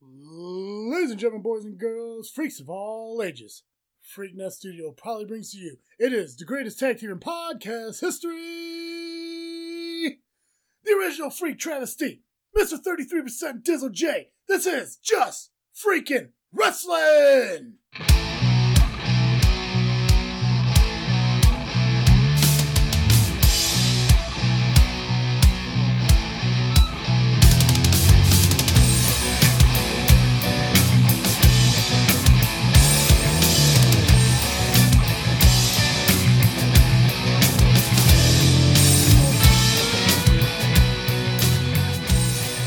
Ladies and gentlemen, boys and girls, freaks of all ages, Freak Nest Studio proudly brings to you. It is the greatest tag team in podcast history. The original Freak Travesty, Mr. 33% Dizzle J. This is just freaking wrestling.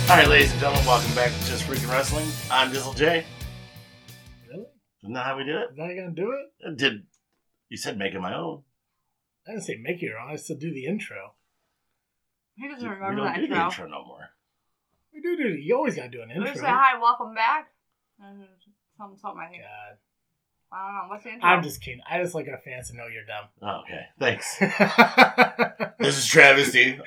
All right, ladies and gentlemen, welcome back to Just Freaking Wrestling. I'm Dizzle J. Really? Isn't that how we do it? Is that gonna do it? I did you said making my own? I didn't say make it wrong. I said do the intro. He doesn't We remember don't that do intro. the intro no more. We do do. You always gotta do an We intro. just say hi, welcome back. And Something, something. I think. God, I don't know. What's the intro? I'm just kidding. I just like our fans to know you're dumb. Oh, okay, thanks. I this is Travesty.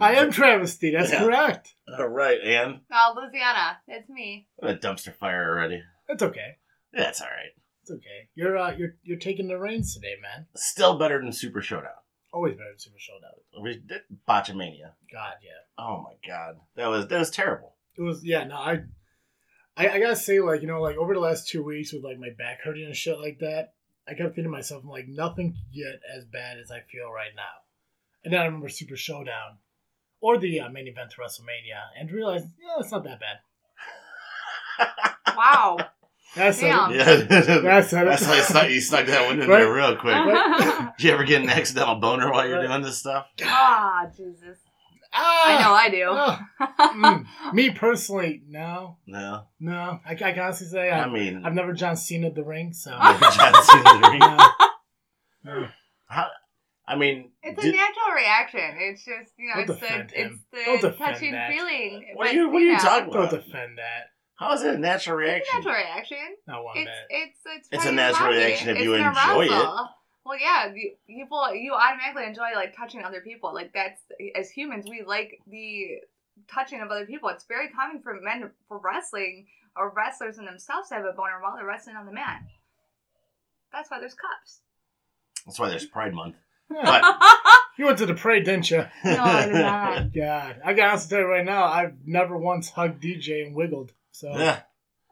am travesty. That's Yeah. correct. All right, and Uh, Louisiana, it's me. I'm a dumpster fire already. That's okay. Yeah, it's all right. It's okay. You're uh, you're you're taking the reins today, man. Still better than Super Showdown. Always better than Super Showdown. We did Botchamania. God, yeah. Oh my god, that was that was terrible. It was yeah. No, I, I I gotta say like you know like over the last two weeks with like my back hurting and shit like that, I kept thinking to myself I'm like nothing could get as bad as I feel right now. And then I remember Super Showdown, or the uh, main event to WrestleMania, and realized yeah it's not that bad. Wow. That's it. Damn. Yeah, that's, That's it. how you snuck, you snuck that one in Right. there real quick. Ah, Did you ever get an accidental boner while you're doing this stuff? Ah, Jesus. I know Ah, I do. Ah. Mm. Me personally, no, No, no. I, I can honestly say I I, mean, I've never John Cena the ring, so John Cena the ring. no. I mean, It's a did- natural reaction. It's just you know, Don't it's the defend it's him. Don't the defend touching that. feeling. what are but, you what are you know, talking don't about? defend that. How is it a natural It's a reaction? natural reaction. Not one It's bit. it's it's, It's part a of your natural body. reaction if It's you an enjoy it. arousal. Well, yeah, you, people you automatically enjoy like touching other people. Like that's as humans we like the touching of other people. It's very common for men for wrestling or wrestlers in themselves to have a boner while they're wrestling on the mat. That's why there's cups. That's why there's Pride Month. Yeah. But You went to the parade, didn't you? No, I did not. God, I gotta honestly tell you right now, I've never once hugged DJ and wiggled. So Yeah.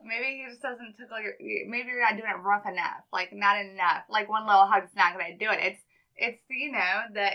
Maybe he just doesn't took like maybe you're not doing it rough enough, like not enough. Like one little hug's not gonna do it. It's it's you know the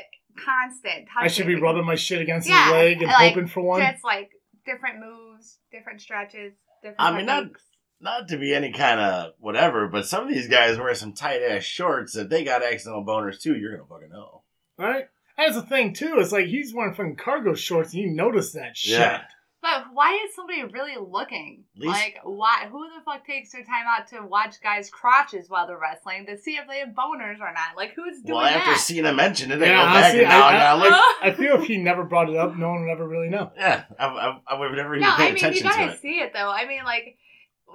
constant. Touching. I should be rubbing my shit against Yeah, his leg and like, hoping for one. Just like different moves, different stretches, different. I mean, not- techniques. Not to be any kind of whatever, but some of these guys wear some tight ass shorts that they got accidental boners too. You're gonna fucking know. Right? That's the thing too. It's like he's wearing fucking cargo shorts, and you notice that shit. Yeah. But why is somebody really looking? Least- Like, why? Who the fuck takes their time out to watch guys' crotches while they're wrestling to see if they have boners or not? Like, who's doing Well, after that? Cena mentioned it, I Yeah, go back honestly, and now I- I, I- gotta look. I feel if he never brought it up, no one would ever really know. Yeah, I, I, I would never even no, pay I mean you attention gotta to it. see it though. I mean, like,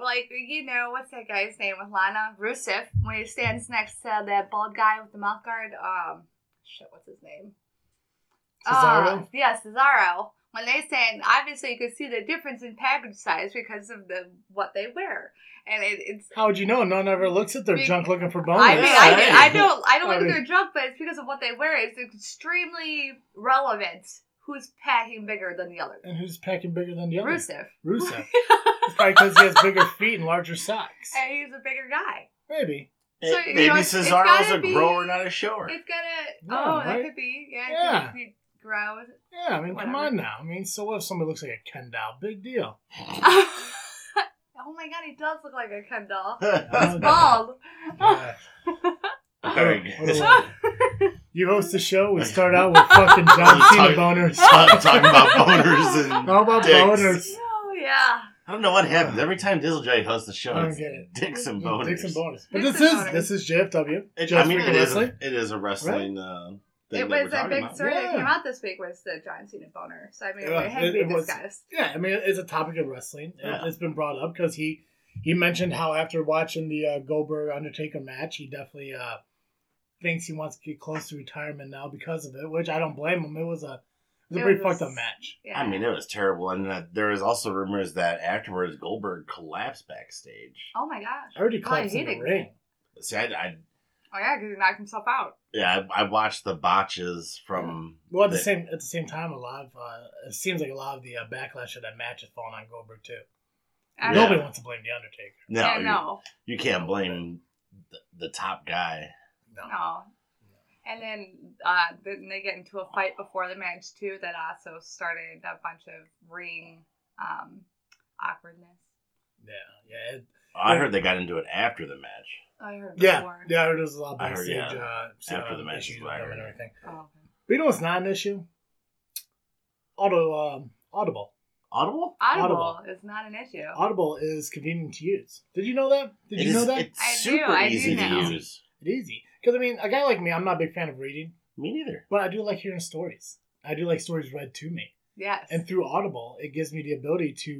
like you know what's that guy's name with Lana Rusev when he stands next to that bald guy with the mouth guard? Um, shit, what's his name? Cesaro? Uh, yeah, Cesaro. When they stand, obviously you can see the difference in package size because of the what they wear, and it, it's How would you know? No one ever looks at their Be- junk looking for bonus. I mean, I, Oh, Yeah. I don't, I don't I look mean- at their junk, but it's because of what they wear. It's extremely relevant. Who's packing bigger than the other? and who's packing bigger than the other? Rusev, Rusev. it's probably because he has bigger feet and larger socks. and he's a bigger guy. Maybe. So, It- you Maybe know, it's- it's Cesaro's gotta a be- grower, not a shower. It's gotta. No, oh, right? that could be. Yeah. It could be gross. Yeah, I mean, come Whatever. on now. I mean, so what if somebody looks like a Ken doll? Big deal. oh my god, he does look like a Ken doll. Oh, Bald. God. All right. What a way. You host the show. We start out with fucking John Cena Sorry. boners. Talk- talking about boners and How about dicks. boners? Oh yeah. I don't know what happens every time Dizzle J hosts the show. I don't it's get it. Dicks and boners. Dicks and boners. But Dicks this and is boners. this is JFW. It, I Just mean, for it is, a, wrestling? it is a wrestling uh, thing. it that was we're a talking big about. story that Yeah. came out this week was the John Cena boner. So I mean, Yeah, it had it- to be it was- discussed. Yeah, I mean, it's a topic of wrestling. Yeah. It's been brought up because he he mentioned how after watching the uh, Goldberg Undertaker match, he definitely uh, thinks he wants to get close to retirement now because of it. Which I don't blame him. It was a It's a It pretty was- fucked up match. Yeah. I mean, it was terrible. And uh, there was also rumors that afterwards Goldberg collapsed backstage. oh my gosh. I already Oh, I collapsed in the hate it. ring. See, I, I Oh yeah, because he knocked himself out. yeah, I, I watched the botches from. Well, at the same at the same time, a lot of uh, it seems like a lot of the uh, backlash of that match is falling on Goldberg too. I Yeah. don't- Nobody wants to blame the Undertaker. No, yeah, you- no, You, can't blame the, the top guy. No. no. And then uh, then they get into a fight before the match too. That also started a bunch of ring um, awkwardness. Yeah, yeah, it, I heard they got into it after the match. I heard yeah, before. yeah. There's a lot of I heard, backstage yeah. uh, After uh, the match is issues with what I them and heard. everything. Oh, okay. But you know what's not an issue? Auto um, Audible. Audible? Audible, Audible. is not an issue. Audible is convenient to use. Did you know that? Did It you is- know that? It's I do, super I do easy now. to use. It's easy. Because I mean, a guy like me, I'm not a big fan of reading, Me neither. but I do like hearing stories. I do like stories read to me. Yes. And through Audible, it gives me the ability to,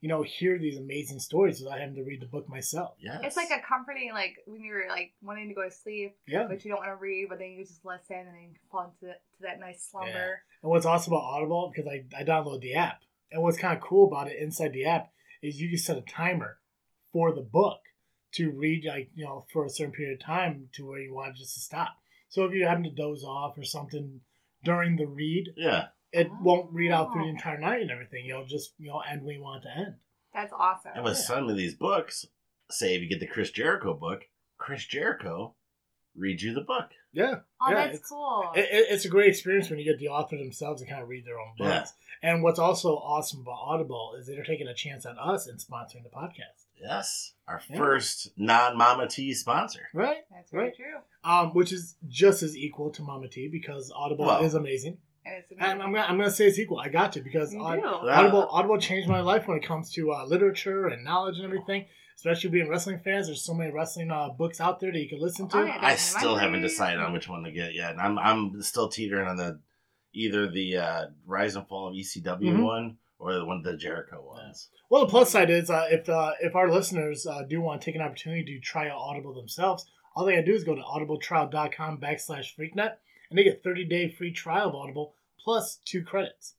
you know, hear these amazing stories without having to read the book myself. Yes. it's like a comforting, like when you're like wanting to go to sleep, Yeah. but you don't want to read, but then you just listen and then you fall into that, to that nice slumber. And what's awesome about Audible, because I, I download the app, and what's kind of cool about it inside the app is you can set a timer for the book to read, like, you know, for a certain period of time to where you want it just to stop. So if you're having to doze off or something during the read, Yeah. it won't read out through Oh. the entire night and everything. You'll just, you know, end when you want it to end. That's awesome. And with Oh, Yeah. some of these books, say if you get the Chris Jericho book, Chris Jericho reads you the book. Yeah. oh, yeah, that's it's- cool. It, it- it's a great experience when you get the author themselves to kind of read their own books. And what's also awesome about Audible is they're taking a chance on us and sponsoring the podcast, Yes. Our Yeah. first non Mama T sponsor. right? that's very right. true. Um, which is just as equal to Mama T because Audible Well. is amazing. And it's And I'm amazing. gonna, I'm gonna say it's equal. I got to because You Aud- do. Yeah. Audible Audible changed my life when it comes to uh, literature and knowledge and everything. Especially being wrestling fans, there's so many wrestling uh, books out there that you can listen to. Oh, yeah. I still Mama haven't T. decided on which one to get yet. And I'm I'm still teetering on the either the uh, Rise and Fall of ECW Mhm. one or the one the Jericho ones. Well, the plus side is uh, if uh, if our listeners uh, do want to take an opportunity to try out Audible themselves, all they gotta do is go to audibletrial.com backslash freaknet, and they get 30 day free trial of Audible plus two credits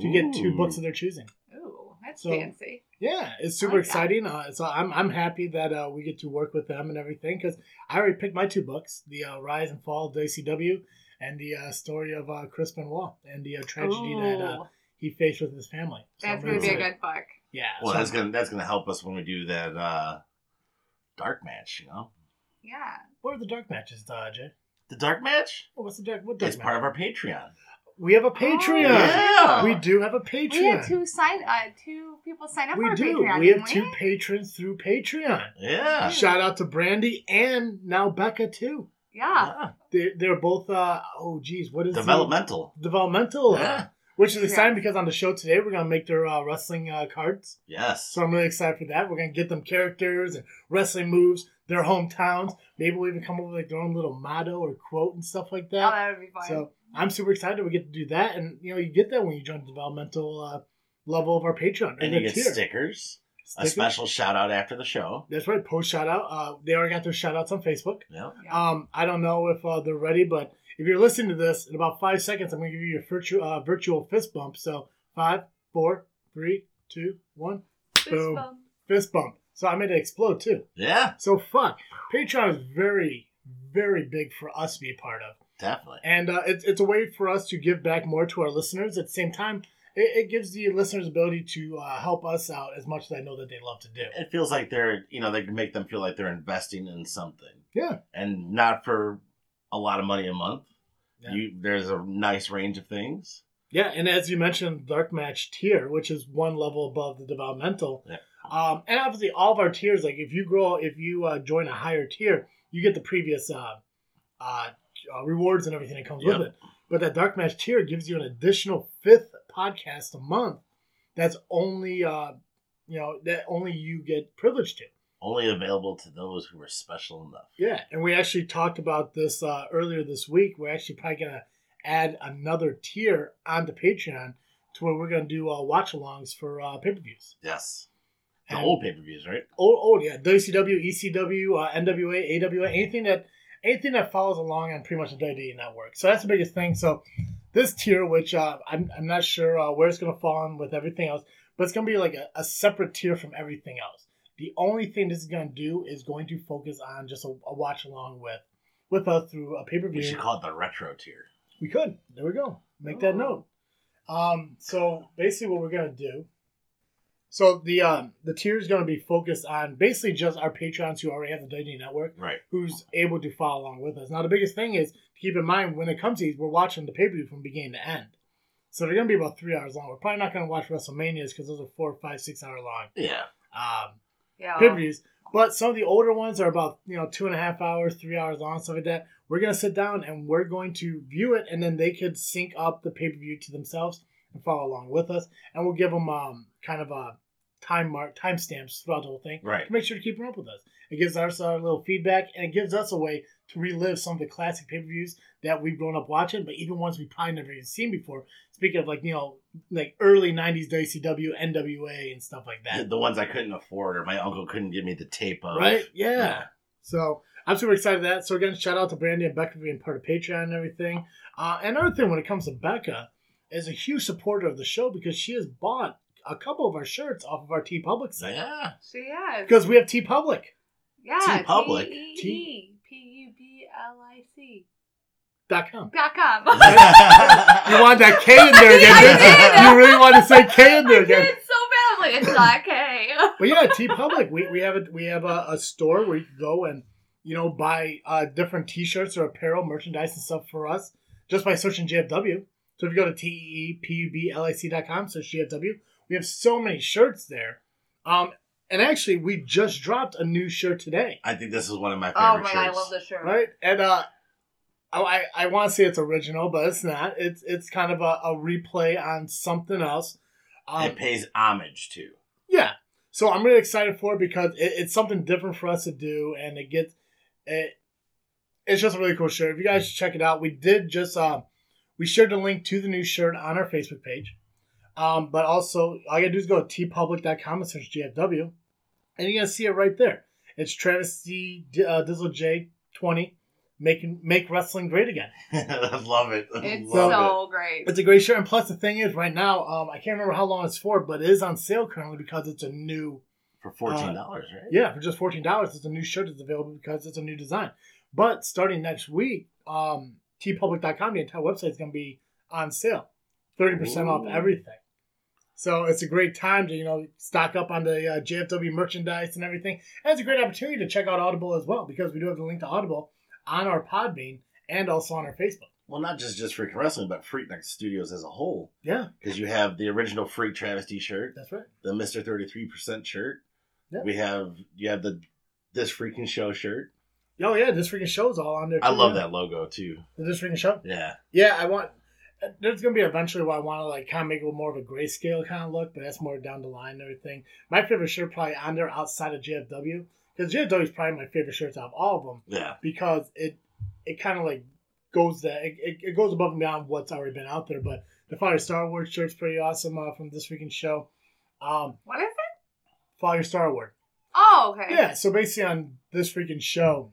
to get two Ooh. books of their choosing. Ooh, that's So- fancy. Yeah, it's super like that. exciting. Uh, so I'm, I'm happy that uh, we get to work with them and everything because I already picked my two books: the uh, Rise and Fall of the ACW and the uh, story of uh, Chris Benoit and the uh, tragedy that uh, Ooh, he faced with his family. So that's I'm going to be a excited. good book. Yeah. Well so- that's gonna that's gonna help us when we do that uh, dark match, you know? Yeah. What are the dark matches, uh, Jay? The dark match? Oh, What's the dark? What dark It's match? part of our Patreon. We have a Oh, Patreon. Yeah. We do have a Patreon. We had two sign, uh, two people sign up We for do. Patreon. we have didn't two patrons through Patreon. Yeah. Shout out to Brandy and now Becca too. Yeah. They're, they're both. Uh, oh, geez, what is the- Developmental. developmental? uh, Yeah. which is Yeah. exciting because on the show today we're gonna make their uh, wrestling uh, cards. Yes. So I'm really excited for that. We're gonna get them characters and wrestling moves, their hometowns. Maybe we'll even come up with like their own little motto or quote and stuff like Oh, that. that would be fun. So I'm super excited we get to do that, and you know you get that when you join the developmental uh, level of our Patreon and the you get tier. stickers, a Stickers. special shout out after the show. That's right, post shout out. Uh, they already got their shout outs on Facebook. Yeah. Yeah. Um, I don't know if uh, they're ready, but if you're listening to this in about five seconds, I'm gonna give you your virtual uh, virtual fist bump. So five, four, three, two, one, Fist boom. bump. fist bump. So I made it explode too. Yeah, So fuck, Patreon is very, very big for us to be a part of. definitely. And uh, it's, it's a way for us to give back more to our listeners. At the same time, it, it gives the listeners ability to uh, help us out as much as I know that they love to do. It feels like they're, you know, they can make them feel like they're investing in something. Yeah. And not for a lot of money a month. Yeah. You There's a nice range of things. Yeah, and as you mentioned, Dark Match tier, which is one level above the developmental. Yeah. Um, and obviously, all of our tiers, like if you grow, if you uh, join a higher tier, you get the previous uh, uh, uh, rewards and everything that comes Yep. with it. But that Dark Match tier gives you an additional fifth podcast a month. That's only uh, you know that only you get privileged to. Only available to those who are special enough. Yeah, and we actually talked about this uh, earlier this week. We're actually probably gonna add another tier onto Patreon to where we're gonna do uh, watch alongs for uh, pay per views. Yes. The And- old pay per views, right? Oh, oh yeah, WCW, ECW, uh, E NWA, AWA, anything that anything that follows along on pretty much the WWE network. So that's the biggest thing. So this tier, which uh, I'm I'm not sure uh, where it's gonna fall in with everything else, but it's gonna be like a, a separate tier from everything else. The only thing this is gonna do is going to focus on just a, a watch along with with us through a pay per We should view. call it the retro tier. We could. There we go. Make that Oh. note. Um, so basically, what we're gonna do. So the um, the tier is gonna be focused on basically just our patrons who already have the WWE Network, Right. who's able to follow along with us. Now, the biggest thing is to keep in mind when it comes to these, we're watching the pay per view from beginning to end. So they're gonna be about three hours long. We're probably not gonna watch WrestleManias because those are four, five, six hour long Yeah. um, Yeah. pay per views. But some of the older ones are about you know two and a half hours, three hours long, stuff like that. We're gonna sit down and we're going to view it, and then they could sync up the pay per view to themselves and follow along with us, and we'll give them um, kind of a time mark, time stamps throughout the whole thing Right. to make sure to keep up with us. It gives us our little feedback, and it gives us a way to relive some of the classic pay per views that we've grown up watching, but even ones we probably never even seen before. Speaking of like you know like early '90s WCW, NWA, and stuff like that The ones I couldn't afford, or my uncle couldn't give me the tape of. right? Yeah. Yeah. So I'm super excited for that. So again, shout out to Brandy and Becca for being part of Patreon and everything. Uh, another thing when it comes to Becca is a huge supporter of the show because she has bought a couple of our shirts off of our T Public site Yeah. So yeah. because we have T Public Yeah. T Public. T E P U B L I C dot com. dot com. You want that K in there again? I didn't you? did. You really want to say K in there I did again? it so bad. I'm like, it's not Oh, K. But yeah, T Public. We, we have a we have a, a store where you can go and you know buy uh, different T shirts or apparel, merchandise, and stuff for us just by searching JFW. So if you go to t e p u b l i c dot com, search JFW. We have so many shirts there, um, and actually we just dropped a new shirt today, I think this is one of my favorite Oh my shirts. god, I love this shirt. right? And uh, I I, I want to say it's original, but it's not. It's it's kind of a, a replay on something else. Um, it pays homage to. Yeah. So I'm really excited for it because it, it's something different for us to do, and it gets it. It's just a really cool shirt. If you guys check it out, we did just um, we shared the link to the new shirt on our Facebook page. Um, but also all you gotta do is go to tpublic.com and search GFW, and you're gonna see it right there. It's Travis C. D- uh, Dizzle J. Twenty making make wrestling great again. I love it. I It's love it. so great. It's a great shirt, and plus the thing is, right now um, I can't remember how long it's for, but it is on sale currently because it's a new For fourteen dollars, right? Uh, Yeah, for just fourteen dollars, it's a new shirt that's available because it's a new design. But starting next week, um, tpublic.com, the entire website is going to be on sale, thirty percent off Ooh. everything. So it's a great time to you know stock up on the uh, JFW merchandise and everything. And it's a great opportunity to check out Audible as well because we do have the link to Audible on our Podbean and also on our Facebook. Well, not just just Freak Wrestling, but Freaknik Studios as a whole, Yeah, because you have the original Freak Travesty shirt, that's right. the Mister Thirty Three Percent shirt. Yeah. We have you have the this freaking show shirt. Oh yeah, this freaking show's all on there. I too, love yeah. that logo too. The This freaking show. Yeah, Yeah, I want. There's gonna be eventually where I want to like kind of make it more of a grayscale kind of look, but that's more down the line and everything. My favorite shirt probably on there outside of JFW because JFW is probably my favorite shirts out of all of them yeah, because it it kind of like goes that it, it, it goes above and beyond what's already been out there. But the Fire Star Wars shirt's pretty awesome uh, from this freaking show. Um, What is it? Fire Star Wars. Oh, okay. Yeah, so basically on this freaking show,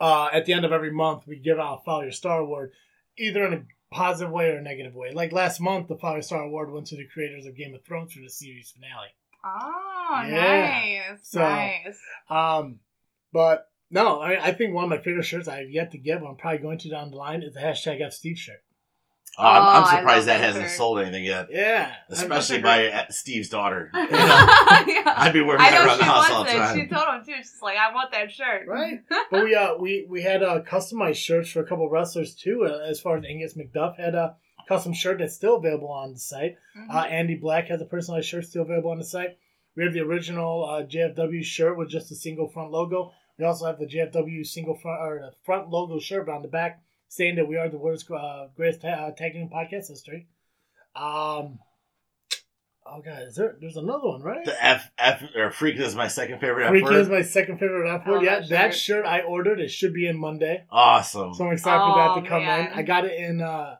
uh, at the end of every month, we give out a Follow Your Star Award, either in a positive way or a negative way. Like last month, the Follow Your Star Award went to the creators of Game of Thrones for the series finale. Oh, Yeah. nice. So- nice. Um, but no, I, I think one of my favorite shirts I have yet to give, I'm probably going to down the line, is the hashtag F Steve shirt. Oh, I'm, Oh, I I'm love surprised that that hasn't shirt. sold anything yet, Yeah. especially by uh, Steve's daughter. yeah. I'd be wearing I that know around the she house all wants the it. time. She told him too. She's like, I want that shirt. Right? but we uh we we had uh customized shirts for a couple wrestlers too. Uh, as far as Angus McDuff had a custom shirt that's still available on the site. Mhm. Uh, Andy Black has a personalized shirt still available on the site. We have the original uh, JFW shirt with just a single front logo. We also have the JFW single front or the front logo shirt, but on the back saying that we are the world's uh, greatest ta- uh, tag team in podcast history. Um, oh god, is there? There's another one, right? The F F or Freak is my second favorite F Freaky word. is my second favorite F I word. love Yeah, Oh, that that shirt. shirt I ordered. It should be in Monday. awesome. So I'm excited for that Oh, to come man. in. I got it in uh,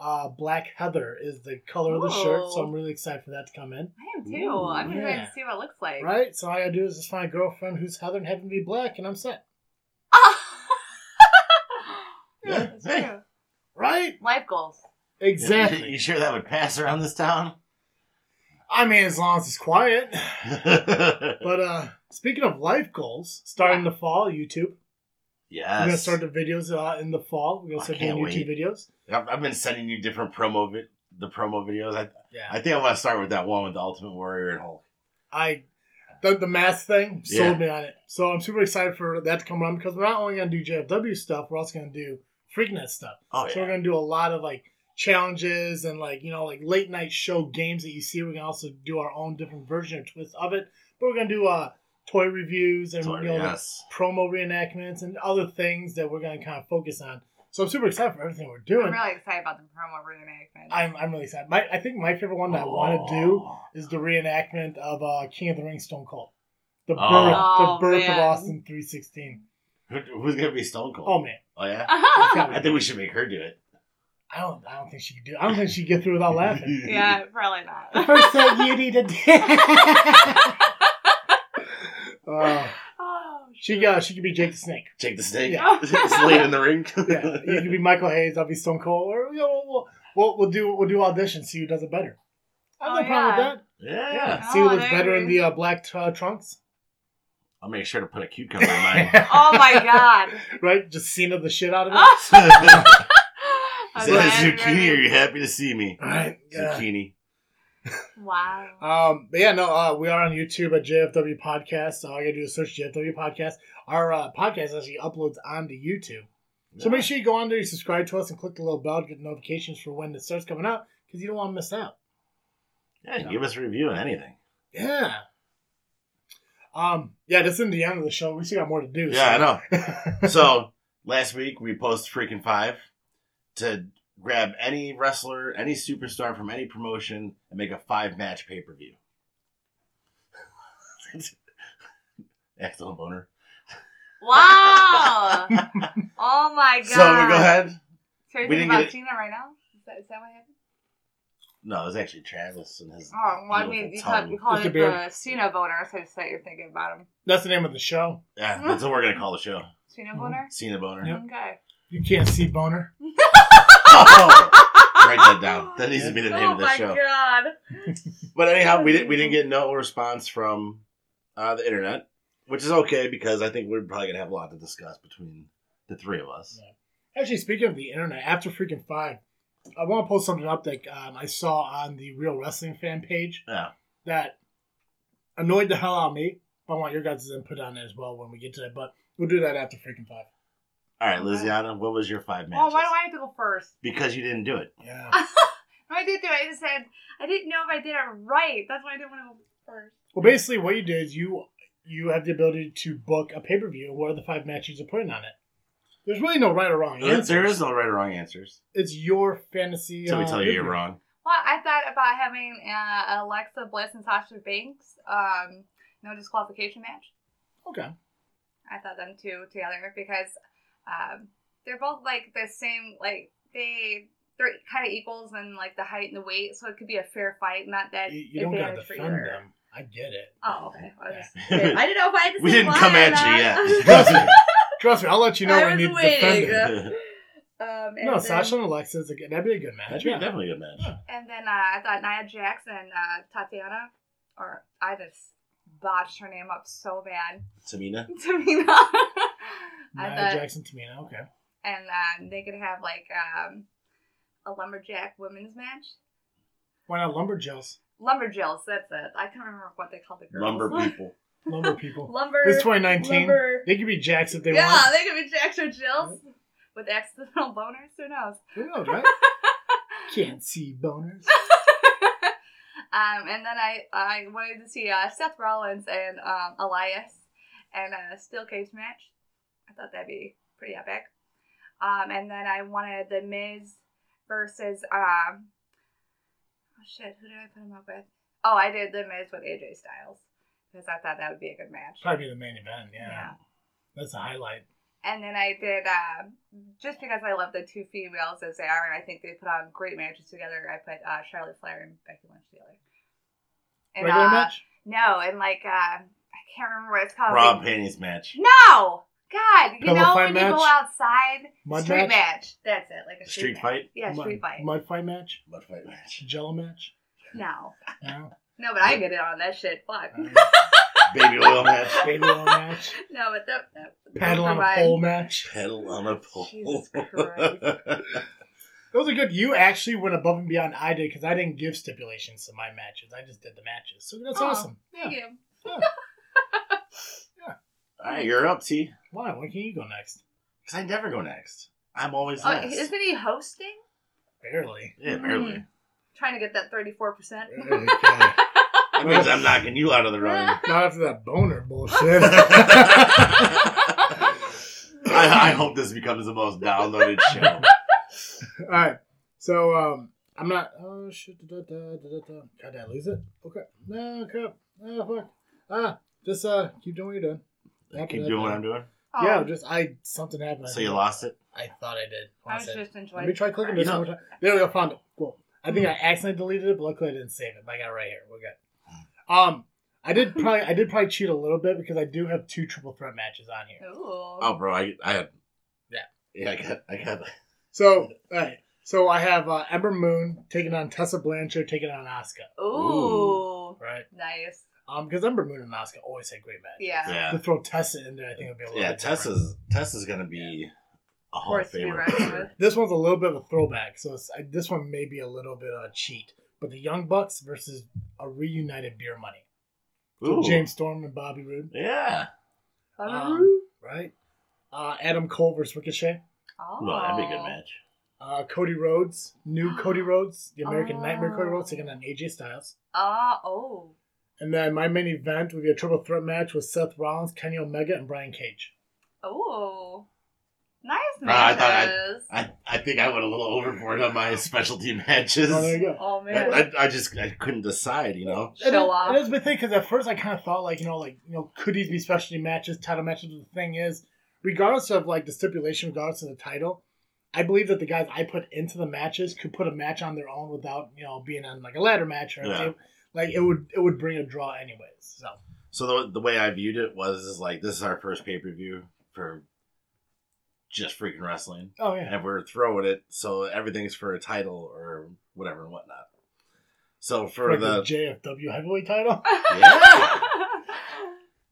uh, black heather is the color of the shirt, so Whoa. I'm really excited for that to come in. I am too. Ooh, I'm excited yeah. to see what it looks like. Right? So all I gotta do is just find a girlfriend who's heather and happen to be black, and I'm set. Ah! Yeah. It's Hey. true. Right? Life goals. Exactly. You sure that would pass around this town? I mean, as long as it's quiet. But uh speaking of life goals, starting the fall, YouTube. We're gonna yes. start the videos uh, in the fall. We're gonna I start doing can't YouTube videos. I've, I've been sending you different promo vi- the promo videos. I Yeah, I think I want to start with that one with the Ultimate Warrior and Hulk. I the the mask thing sold Yeah. me on it. So I'm super excited for that to come around because we're not only gonna do JFW stuff, we're also gonna do Freaknet stuff. Oh So we're gonna do a lot of like challenges and like you know like late night show games that you see. We're gonna also do our own different version or twist of it. But we're gonna do uh toy reviews and Sorry, you know like, yes. promo reenactments and other things that we're gonna kind of focus on. So I'm super excited for everything we're doing. I'm really excited about the promo reenactment. I'm, I'm really excited. My, I think my favorite one that I want to do is the reenactment of uh, King of the Ring Stone Cold. The birth, Oh. the birth Oh, of man. Austin 316. Who, who's gonna be Stone Cold? Oh man, Oh, yeah. I think we should make her do it. I don't, I don't think she could do. I don't think she'd get through without laughing. yeah, probably The not. first thing you need to do. uh, oh, she got. She could be Jake the Snake. Jake the Snake. Yeah. Slade in the ring. Yeah, you could be Michael Hayes. I'll be Stone Cold. Or you know, we'll, we'll we'll do we'll do auditions. See who does it better. I have Oh, no problem yeah. with that. Yeah. See who Oh, looks there better it in is. the uh, black uh, trunks. I'll make sure to put a cucumber in mine. oh my god. right? Just Cena the shit out of it. Oh, Is I'm that glad a you're zucchini? Are ready. you happy to see me? All right. Yeah. Zucchini. Wow. Um, but yeah, no, uh, we are on YouTube at JFW Podcast. All you gotta do is search JFW Podcast. Our uh, podcast actually uploads onto YouTube. So make sure you go on there, you subscribe to us, and click the little bell to get notifications for when it starts coming out because you don't want to miss out. Yeah, give us a review on anything. Yeah. Um, yeah, this isn't the end of the show. We still got more to do. Yeah, I know. know. so last week we posted freaking five to grab any wrestler, any superstar from any promotion, and make a five match pay per view. Excellent boner. Wow. oh my god. So go ahead. So you're We thinking didn't get about it- Cena right now? Is that, is that what happened? No, it was actually Travis and his. Oh, well, I mean, beautiful you tongue. called, you called It's it the the Cena boner, so it's that you're thinking about him. That's the name of the show. Yeah, that's what we're gonna call the show. Cena Mhm. boner? Cena boner. Okay. You can't see Boner. Oh, write that down. That needs to be the name oh of the my show. god. But anyhow, we didn't we didn't get no response from uh, the internet, which is okay because I think we're probably gonna have a lot to discuss between the three of us. Actually, speaking of the internet, after freaking five, I want to post something up that um, I saw on the Real Wrestling fan page Yeah. that annoyed the hell out of me. I want your guys' input on it as well when we get to that, but we'll do that after freaking five. All right, Liziana, what was your five Oh, matches? why do I have to go first? Because you didn't do it. Yeah. No, I did do it. I just said, I didn't know if I did it right. That's why I didn't want to go first. Well, basically, what you do is you you have the ability to book a pay per view. What are the five matches you're putting on it? There's really no right or wrong There- answer. There is no right or wrong answers. It's your fantasy. Until we uh, tell you you're pay-per-view. wrong. Well, I thought about having uh, Alexa Bliss and Sasha Banks, um, no disqualification match. Okay. I thought them two together because um, they're both like the same, like they they're kind of equals in like the height and the weight, so it could be a fair fight. Not that You, you if don't they gotta are defend freer. them. I get it. Oh, okay. I, was just, I didn't know if I had to. We say didn't why come or at not. you yet. Trust me. Trust me. I'll let you know I when was you need to defend waiting. it. Um, and No, then- Sasha and Alexa is a good. That'd be a good match. That'd be yeah. definitely a good match. And then uh, I thought Nia Jax and uh, Tatiana, or I just botched her name up so bad. Tamina? Tamina. I Nia thought, Jackson, Tamina. Okay. uh, and um, they could have like um, a lumberjack women's match. Why not lumberjills? Lumberjills, that's it. I can't remember what they called the girls. Lumber people. Lumber people. Lumber. This is 2019. Lumber. They could be jacks if they yeah, want. they could be Jax or Jills with accidental boners. Who knows? Who knows, right? Can't see boners. um, and then I, I wanted to see uh, Seth Rollins and um, Elias and a steel cage match. I thought that'd be pretty epic. Um, and then I wanted the Miz versus um, oh shit, who did I put him up with? Oh, I did the Miz with AJ Styles because I thought that would be a good match. Probably the main event. yeah. That's a highlight. And then I did, uh, just because I love the two females as they are, and I think they put on great matches together, I put uh, Charlotte Flair and Becky Lynch together. And, Regular uh, match? No, and like, uh, I can't remember what it's called. Rob Like- Panties match. No! God, you Pillow know fight when you go match? outside, Mud street match? match. That's it, like a street, Street fight? Yeah, mud, street fight. mud fight match, Mud fight match. jello match. No, No, no, but I get it on that shit. Fuck. Um, Baby oil match. baby oil match, no, but that, that paddle on a provide- pole match. Pedal on a pole. Jesus Christ. Those are good. You actually went above and beyond I did because I didn't give stipulations to my matches. I just did the matches, so that's Aw, awesome. Yeah. Thank you. All right, you're up, T. Why? Why can't you go next? Because I never go next. I'm always Oh, last. isn't he hosting? Barely. yeah, barely. Trying to get that thirty-four percent. Barely. That means I'm knocking you out of the running. Not after that boner bullshit. I, I hope this becomes the most downloaded show. All right. So um, I'm not. Oh shit! Da, da, da, da, da. God, did I lose it? Okay. No crap. Oh fuck. Ah, just uh, keep doing what you're doing. I keep doing what I'm doing. Oh, Yeah, just I something happened. So you lost it. I thought I did. Hold on I a was second. just enjoying. Let me try clicking this You know- one more time. There we go. Found it. Cool. I think Hmm. I accidentally deleted it, but luckily I didn't save it. I got it right here. We're good. Hmm. Um, I did probably I did probably cheat a little bit because I do have two triple threat matches on here. Ooh. Oh, bro, I, I had. Yeah. Yeah, I got, I got. So, all right. So I have uh, Ember Moon taking on Tessa Blanchard, taking on Asuka. Oh. Ooh. Right. Nice. Um, because Ember Moon and Asuka always had great matches. Yeah. Yeah, To throw Tessa in there, I think would be a little yeah. bit different. Tessa's Tessa's gonna be a Of Hall of course, we Famer. reckon with. This one's a little bit of a throwback, so it's, I, this one may be a little bit of a cheat. But the Young Bucks versus a reunited Beer Money, So Ooh. James Storm and Bobby Roode. Yeah. Um, right? Uh, Adam Cole versus Ricochet. oh. Well, that'd be a good match. Uh, Cody Rhodes, new Cody Rhodes, the American Oh. Nightmare Cody Rhodes, taking on AJ Styles. Ah, oh. And then my main event would be a triple threat match with Seth Rollins, Kenny Omega, and Brian Cage. Oh. Nice Uh, I matches. thought I- I, I think I went a little overboard on my specialty matches. Oh, there you go. oh, I, man. I- I just I couldn't decide, you know. And Show it- off. It is my thing because at first I kind of thought like you know like you know could these be specialty matches, title matches? But the thing is, regardless of like the stipulation, regardless of the title, I believe that the guys I put into the matches could put a match on their own without you know being on like a ladder match or Yeah. anything. Like it would it would bring a draw anyways. So So the the way I viewed it was is like this is our first pay per view for just freaking wrestling, oh yeah, and we're throwing it so everything's for a title or whatever and whatnot. So for Like the JFW heavyweight title, Yeah.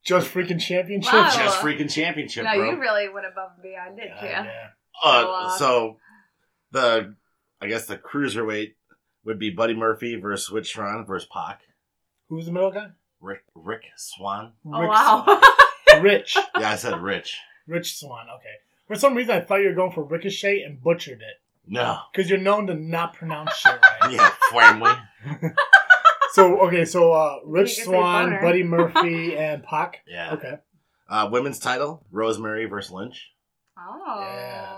just freaking championship. Wow. just freaking championship, no, bro. you really went above and beyond, didn't God, you? yeah. Uh, so the I guess the cruiserweight would be Buddy Murphy versus Rich Swan versus Pac. Who was the middle guy? Rick Rick Swan. Oh, Rick wow. Swan. Rich. Yeah, I said Rich. Rich Swan. Okay. For some reason, I thought you were going for Ricochet and butchered it No. because you're known to not pronounce shit right. Yeah, family. So okay, so uh, Rich You can say Swan, boner. Buddy Murphy, and Pac. Yeah. Okay. Uh, women's title, Rosemary versus Lynch. oh. Yeah.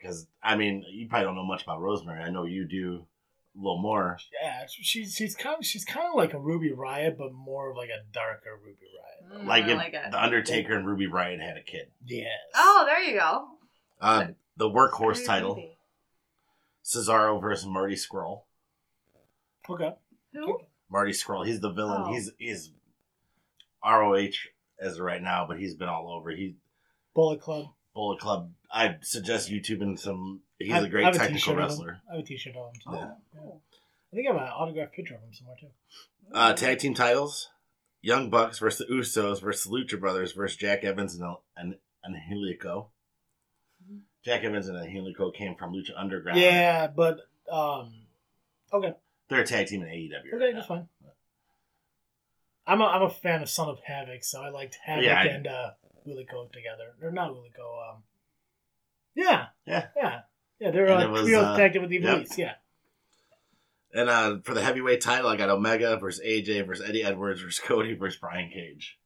Because I mean, you probably don't know much about Rosemary. I know you do a little more. Yeah, she's she's kind of she's kind of like a Ruby Riot, but more of like a darker Ruby Riot. Mm, Like I if it. the Undertaker and Ruby Riot had a kid. Yes. Oh, there you go. Uh, the workhorse Very title, creepy. Cesaro versus Marty Skrull. Okay. Who? Marty Skrull, he's the villain. Oh. He's he's ROH as of right now, but he's been all over. He Bullet Club. Bullet Club. I suggest YouTubing some. He's I- a great I have a technical t-shirt of him. wrestler. I have a T-shirt of him. Oh, too. cool. I think I have an autographed picture of him somewhere too. Uh, tag team titles: Young Bucks versus the Usos versus the Lucha Brothers versus Jack Evans and and and Helico. Jack Evans and Helico came from Lucha Underground. Mm-hmm. Yeah, but um, they're a tag team in AEW. okay, right that's now. fine. I'm a I'm a fan of Son of Havoc, so I liked Havoc Yeah, I- and uh, Willico together. Or not Willico. Um, yeah, Yeah. yeah, yeah. They're And uh, it was, trio uh, tag team with the yep. Elites. Yeah. And uh, for the heavyweight title, I got Omega versus AJ versus Eddie Edwards versus Cody versus Brian Cage.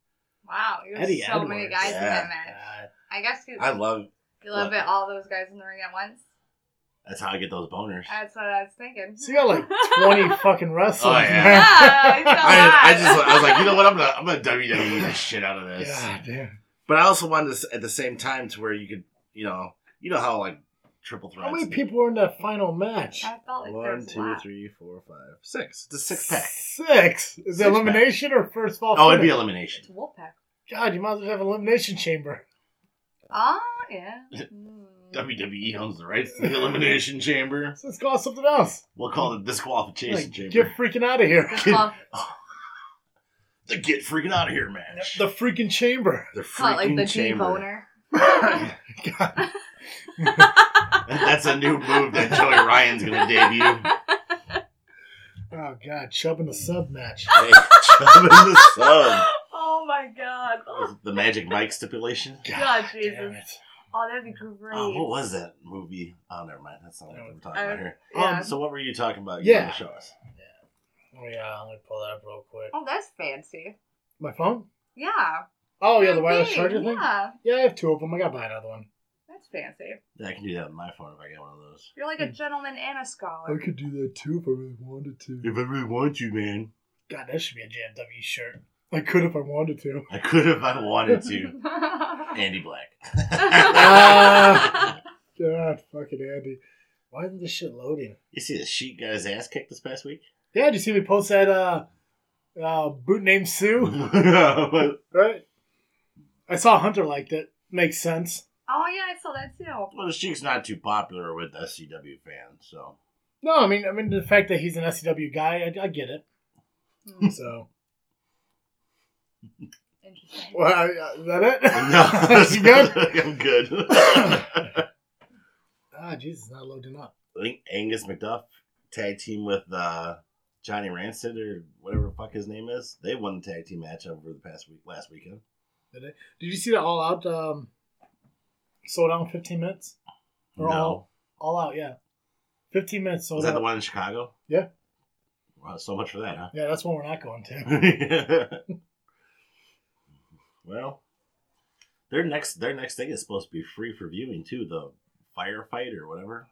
Wow, you have Eddie so many Edwards. guys in Yeah. that match. God. I guess you, I love. you love it, all those guys in the ring at once. That's how I get those boners. That's what I was thinking. So you got like 20 fucking wrestlers. Oh, yeah. man. Yeah, it's a lot. I, I just I was like, you know what? I'm gonna I'm gonna WWE the shit out of this. God damn. But I also wanted this at the same time to where you could, you know, you know how like triple threats. How many people were in that final match? Uh, I felt like there One, was a two, lot. three, four, five, six. It's a six pack. Six. Is it Six-pack. elimination or first fall? Oh, it'd be finish? elimination. It's Wolfpack. God, you might as well have an elimination chamber. Oh, yeah. Mm. WWE E owns the rights to the Elimination Chamber. So let's call it something else. We'll call it the Disqualification Like, Chamber. get freaking out of here. That's all- the Get Freaking Out of Here match. The freaking chamber. The call it like the G chamber. boner. God. That's a new move that Joey Ryan's going to debut. Oh God, Chubb in the sub match. Ah, Hey, Chubb in the sun. Oh my god. Was Oh, it The Magic Mike stipulation. God, Damn Jesus. it. Oh, that'd be great. Uh, what was that movie? Oh, never mind. That's not what we're talking about here. yeah. So, what were you talking about? Yeah. to show us. Oh yeah, let me pull that up real quick. oh, that's fancy. My phone? Yeah. Oh yeah, the Good wireless thing. charger thing. Yeah, Yeah, I have two of them. I gotta buy another one. that's fancy. Yeah, I can do that on my phone if I get one of those. You're like a Mm. gentleman and a scholar. could do that too if I really wanted to. If I really want you, man, God, that should be a JMW shirt. I could if I wanted to. I could if I wanted to. Oh, Andy Black. Ah. God, fucking Andy. Why isn't this shit loading? you see the sheet guy's ass kicked this past week? Yeah, did you see me post that uh, uh boot named Sue? well, right? I saw Hunter liked it. Makes sense. oh yeah, I saw that too. the sheet's not too popular with SCW fans, so No, I mean, I mean the fact that he's an SCW guy, I, I get it. Hmm, So, Interesting. well, I, I- is that it? no, you good? I'm good. Ah, Jesus, not loading up. I think Angus McDuff tag team with uh, Johnny Rancid or whatever the fuck his name is. They won the tag team match over the past week, last weekend. Did you see the All Out um, sold out in 15 minutes? Or No, all, all Out, yeah. 15 minutes sold was that out. the one in Chicago? Yeah. Wow, so much for that, huh? Yeah, that's one we're not going to. well, their next their next thing is supposed to be free for viewing too. The firefight or whatever.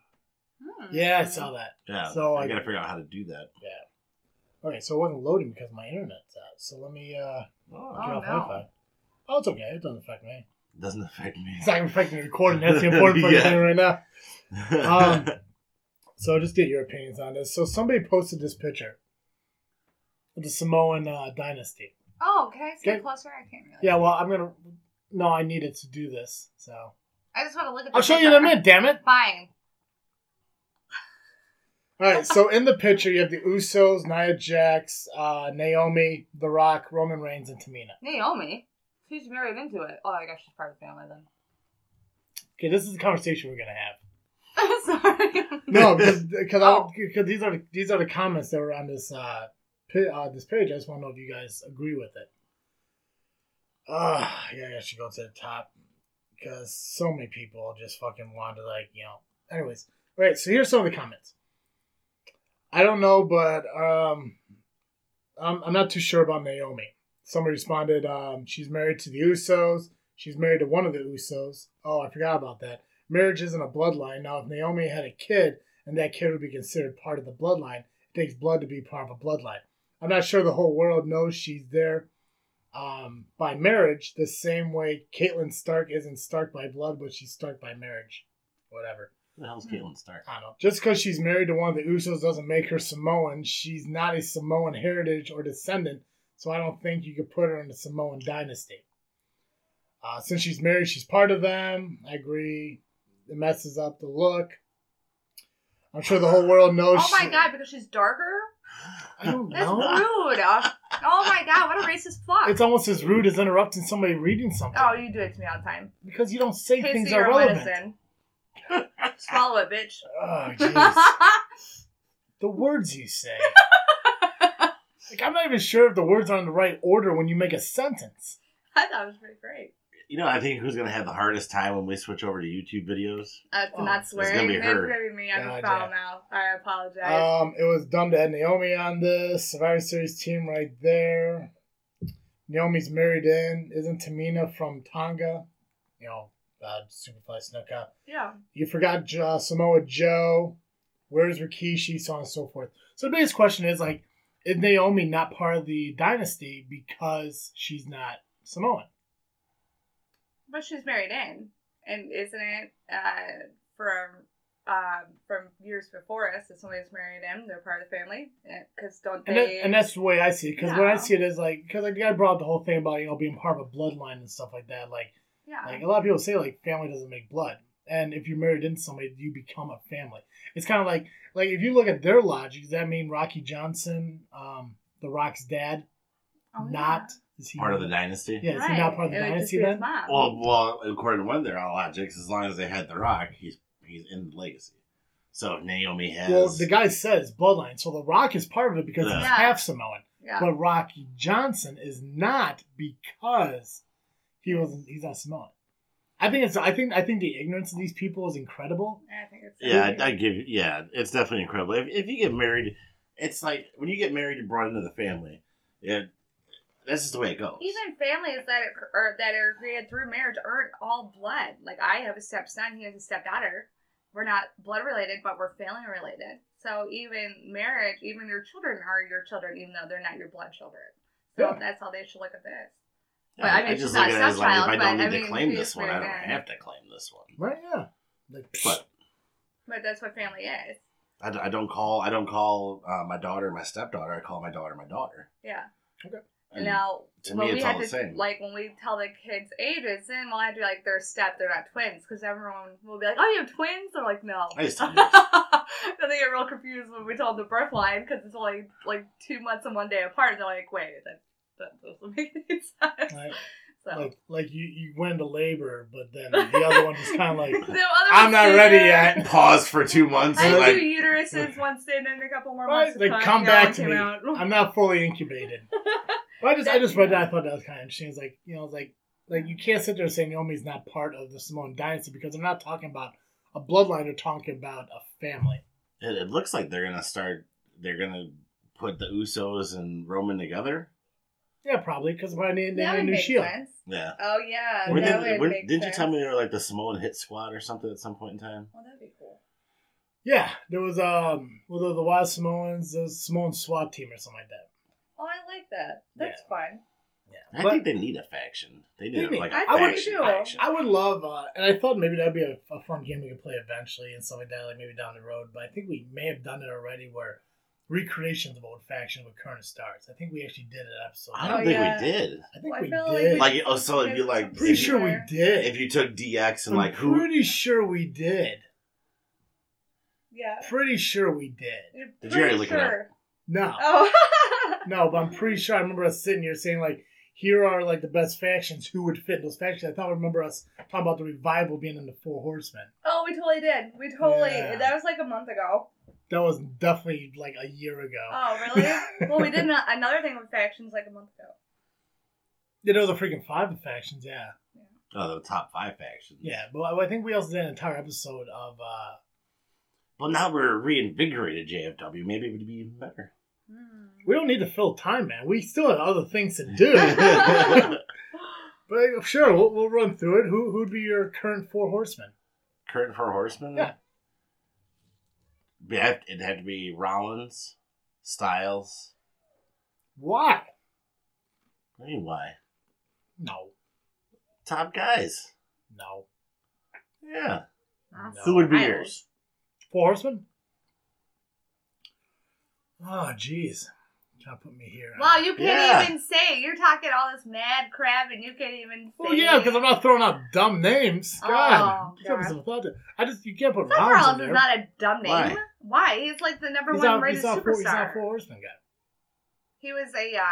Hmm. Yeah, I saw that. Yeah. So, I like- gotta figure out how to do that. Okay, so it wasn't loading because my internet's out. So let me uh, Oh, turn Oh, off no. Wi-Fi. Oh, it's okay. It doesn't affect me. it doesn't affect me. It's not going to affect me recording. That's the important fucking Yeah. thing right now. Um, so just get your opinions on this. So somebody posted this picture of the Samoan uh, dynasty. Oh, can I see Okay. it closer? I can't really. Yeah, well, I'm going to... No, I needed to do this, so... I just want to look at. the I'll show you in picture. a minute, damn it! Fine. All right, so in the picture, you have the Usos, Nia Jax, uh, Naomi, The Rock, Roman Reigns, and Tamina. Naomi, she's married into it. Oh, I guess she's part of the family then. Okay, this is the conversation we're gonna have. Sorry. No, because Oh. because these are the, these are the comments that were on this uh, pi- uh this page. I just want to know if you guys agree with it. Uh yeah, I should go to the top because so many people just fucking want to like you know. Anyways, all right, so here's some of the comments. I don't know, but um, I'm I'm not too sure about Naomi. Someone responded, um, she's married to the Usos. She's married to one of the Usos. Oh, I forgot about that. Marriage isn't a bloodline. Now, if Naomi had a kid and that kid would be considered part of the bloodline, it takes blood to be part of a bloodline. I'm not sure the whole world knows she's there um, by marriage, the same way Caitlyn Stark isn't Stark by blood, but she's Stark by marriage. Whatever. Who the hell's Caitlin Stark? I don't know. Just because she's married to one of the Usos doesn't make her Samoan. She's not a Samoan heritage or descendant, so I don't think you could put her in the Samoan dynasty. Uh, since she's married, she's part of them. I agree. It messes up the look. I'm sure the whole world knows. Oh my she- god, because she's darker. I don't That's know. rude. Oh my god, what a racist fuck. It's almost as rude as interrupting somebody reading something oh, you do it to me all the time. because you don't say Casey, things you're are a relevant. medicine. Swallow it, bitch. Oh jeez. the words you say. like I'm not even sure if the words are in the right order when you make a sentence. I thought it was pretty great. You know, I think who's gonna have the hardest time when we switch over to YouTube videos? Uh, to Oh, not it's gonna swearing. be That's her. gonna be me. I'm God, a foul yeah. mouth. I apologize. Um, it was dumb to have Naomi on the Survivor Series team right there. Naomi's married in. Isn't Tamina from Tonga? You know, uh, Superfly snuck up. yeah. You forgot uh, Samoa Joe. Where's Rikishi? So on and so forth. So the biggest question is like, is Naomi not part of the dynasty because she's not Samoan? But she's married in. And isn't it uh, from um, from years before us that somebody's married in? They're part of the family? Because don't And, they. that, and that's the way I see it. Because when I Yeah. see it as like, because like the guy brought up the whole thing about you know being part of a bloodline and stuff like that. Like Yeah. Like a lot of people say, like family doesn't make blood, and if you're married into somebody, you become a family. It's kind of like like if you look at their logic, does that mean Rocky Johnson, um, The Rock's dad, Oh, yeah. not is he Part of the dynasty. Yeah, is he not part of the It would just dynasty be his then? mom. Well, well, according to one of their logics, as long as they had The Rock, he's he's in the legacy. So if Naomi has Well, the guy says bloodline, so The Rock is part of it because Yeah. he's half Samoan. yeah. But Rocky Johnson is not because he was he's not Samoan. I think it's I think I think the ignorance of these people is incredible. I think it's yeah, I, I give you- yeah, it's definitely incredible. If, if you get married, it's like when you get married, you're brought into the family. Yeah, that's just the way it goes. Even families that are that are created through marriage aren't all blood. Like I have a stepson, he has a stepdaughter. We're not blood related, but we're family related. So even marriage, even your children are your children, even though they're not your blood children. So Yeah. that's how they should look at this. Yeah, but I mean, she's not a if I stepchild, don't but I need to mean, claim she's this one, I don't married. have to claim this one. Right? Yeah. Like But But that's what family is. I, d- I don't call I don't call uh, my daughter my stepdaughter. I call my daughter my daughter. Yeah. And now, to when me, we it's had all to, the same. Like when we tell the kids ages, then we'll have to be like their step, they're not twins, because everyone will be like, "Oh, you have twins?" They're like, "No." I used to do this. then they get real confused when we tell them the birth line because it's only like two months and one day apart. And they're like, "Wait, that that doesn't make any sense." like, So like like you, you went into labor, but then the other one was kinda like The other I'm one's not ready sooner. yet. Pause for two months. I have like, two uteruses, one in and a couple more Right, months. they to come, come you know, back to came me. out. I'm not fully incubated. But I just I just read that I thought that was kind of interesting. It's like you know, it's like like you can't sit there saying Naomi's not part of the Samoan dynasty because they're not talking about a bloodline; they're talking about a family. It, it looks like they're gonna start. They're gonna put the Usos and Roman together. Yeah, probably because why they That name a would new make Shield? sense. Yeah. Oh yeah, Weren't that they- would weren't- make didn't you sense. tell me they were like the Samoan Hit Squad or something at some point in time? Well, that'd be cool. Yeah, there was um, well, there was the Wild Samoans, the Samoan SWAT team or something like that. Oh, I like that. That's fun. Yeah, I but think they need a faction. They need Maybe. like a I think faction. they do. faction. I would love, uh, and I thought maybe that'd be a, a fun game we could play eventually and stuff like that, like maybe down the road. But I think we may have done it already, where recreations of old factions with current stars. I think we actually did an episode. I don't Oh, think yeah. we did. I think Well, I we feel like did. Like, oh, so it'd be like pretty if, sure we Sure. did. if you took DX and I'm like who Pretty sure we did. Yeah. Pretty sure we did. You're Did you already look pretty it up? No, Oh. no, but I'm pretty sure. I remember us sitting here saying like, here are like the best factions. Who would fit in those factions? I thought I remember us talking about the revival being in the Four Horsemen. oh, we totally did. We totally. Yeah. That was like a month ago. That was definitely like a year ago. Oh, really? well, we did an- another thing with factions like a month ago. Yeah, there was a freaking five of factions. Yeah, oh, the top five factions. yeah. But I I think we also did an entire episode of. uh Well, now we're reinvigorated JFW. Maybe it would be even better. We don't need to fill time, man. We still have other things to do. but sure, we'll, we'll run through it. Who who'd be your current Four Horsemen? Current for Horseman. Yeah. Yeah, It had to be Rollins, Styles. Why? I mean, why? No, Top guys. no. Yeah. No. Who would be Styles. yours? Four horsemen? Oh, jeez. Trying to put me here. Wow, you can't Yeah. even say. You're talking all this mad crap, and you can't even. Say. Well, Oh, yeah, because I'm not throwing out dumb names. Oh, God. You God. gotta be without it. I just, you can't put Seth Rollins Rollins in there. is not a dumb name. Why? Why? He's like the number he's one not, rated he's not Four, he's superstar. not four horsemen guy. he was a uh,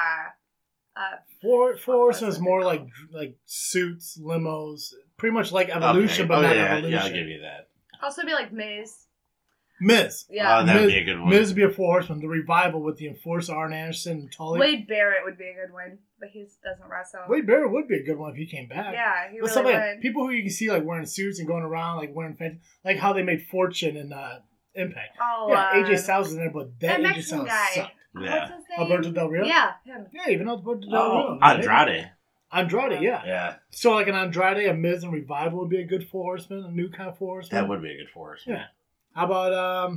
uh, Four, four Oh, horsemen is that's more what they like like suits, limos, pretty much like evolution, Okay. but Oh, not yeah, evolution. Yeah, I'll give you that. also be like Miz. Miz. Yeah. Oh, that would Miz- be a good one. Miz would be a four horseman. The revival with the enforcer Arn Anderson and Tully. Wade Barrett would be a good one, but he doesn't wrestle. Uh, Wade Barrett would be a good one if he came back. yeah, he But really something would. like- people who you can see like wearing suits and going around like wearing fancy, like how they made fortune in uh, Impact. oh, yeah, uh, AJ Styles was in there, but that, that AJ Styles Mexican guy. sucked. Yeah. What's his name? Alberto Del Rio. Yeah, him. Yeah, even Alberto Del Oh, Rio. Andrade. Andrade, yeah. Yeah, So like an Andrade, a Miz, and Revival would be a good four horseman, a new kind of four horseman. that would be a good force. Yeah. How about um,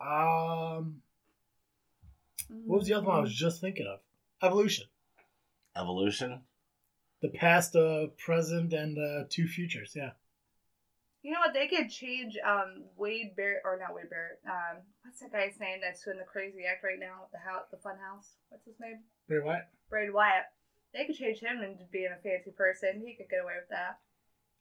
um, Mm-hmm. what was the other one I was just thinking of? Evolution, Evolution. the past, uh, present, and uh, two futures. Yeah. You know what? They could change um Wade Barrett or not Wade Barrett. Um, what's that guy's name that's doing the crazy act right now? The house, the Fun House. What's his name? Bray Wyatt. Brad Wyatt. They could change him into being a fancy person. He could get away with that.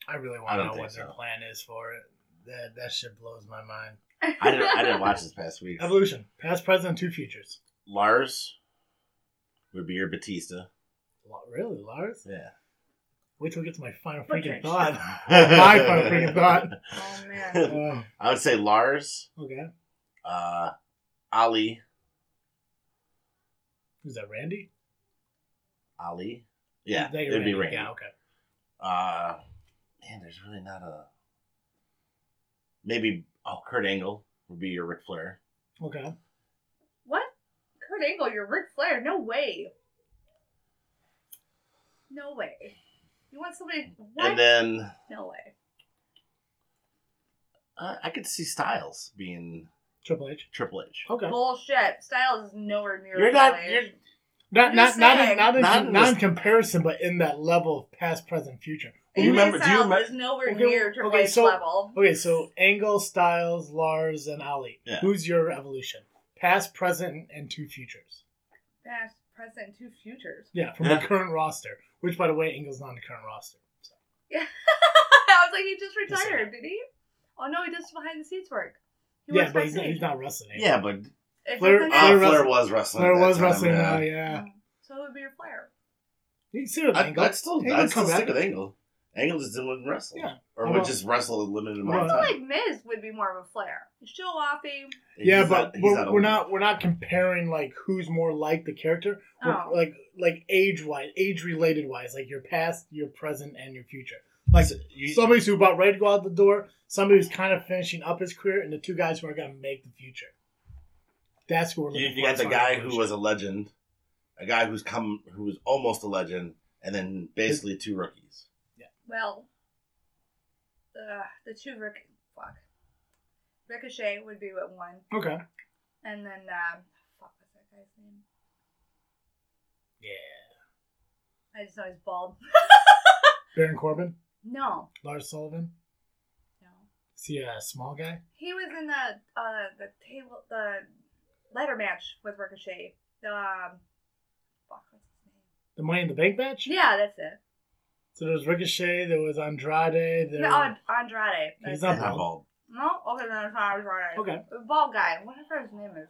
I really I want don't to know think what their so. plan is for it. That that shit blows my mind. I didn't. I didn't watch this past week. Evolution, past, present, two futures. Lars would be your Batista. La- Really, Lars? Yeah. Wait till we get to my final What freaking church? thought. My final freaking thought. Oh man. Oh, I would say Lars, okay. uh, Ali, Is that Randy? Ali. Yeah, Is that your it'd be Randy. Yeah, okay. Uh, man, there's really not a. Maybe oh, Kurt Angle would be your Ric Flair. Okay. What? Kurt Angle, you're Ric Flair? No way. No way. You want somebody? What? And then no way. uh, I could see Styles being Triple H. Triple H. Okay. Bullshit. Styles is nowhere near. You're Ric not. Flair. You're, Not I'm not just not in, saying. not in, Not not, in in this- comparison, but in that level of past, present, future. you AJ remember- do you Styles remember- is nowhere Okay, near Triple okay, H so- level. Okay, so Angle, Styles, Lars, and Ali. Yeah. Who's your evolution? Past, present, and two futures. Past, present, two futures. Yeah, from Yeah. the current roster. Which, by the way, Angle's not on the current roster. So. I was like, he just Just saying. retired, did he? Oh no, he does behind the scenes work. He yeah, works but he's not, backstage. he's not wrestling. yeah, but It's Flair- just like Flair uh, Flair, that. wrestling- was wrestling. There at that was time, wrestling uh, yeah. now. Yeah, So it would be your Flair. you see what I, Angle. that's still Angle that's come still sick back. with Angle. Angle just didn't wrestle, Yeah. or Well, would just wrestle a limited well, amount of I time. feel like Miz would be more of a Flair. Show offy. Yeah, He's but not- he's we're, a- we're not we're not comparing like who's more like the character, We're- Oh. like like age wise, age related wise, like your past, your present, and your future. Like you- somebody's who about ready to go out the door, somebody who's kind of finishing up his career, and the two guys who are gonna make the future. That's who we're You, looking you for. got as the far as guy who evolution. was a legend, a guy who's come, who was almost a legend, and then basically two rookies. Well, uh, the two Rick, fuck, Ricochet would be at one, okay. and then um, fuck, what's that guy's name? Yeah, I just know he's bald. Baron Corbin, no, Lars Sullivan. no, Is he a small guy? he was in the uh the table the ladder match with Ricochet. Um, fuck, what's his The Money in the Bank match. name? Yeah, that's it. So there was Ricochet. There was Andrade. There. No, An- Andrade. He's not That's Not bald. it. bald. No, okay, then it's not Andrade. Okay. The bald guy, whatever his name is.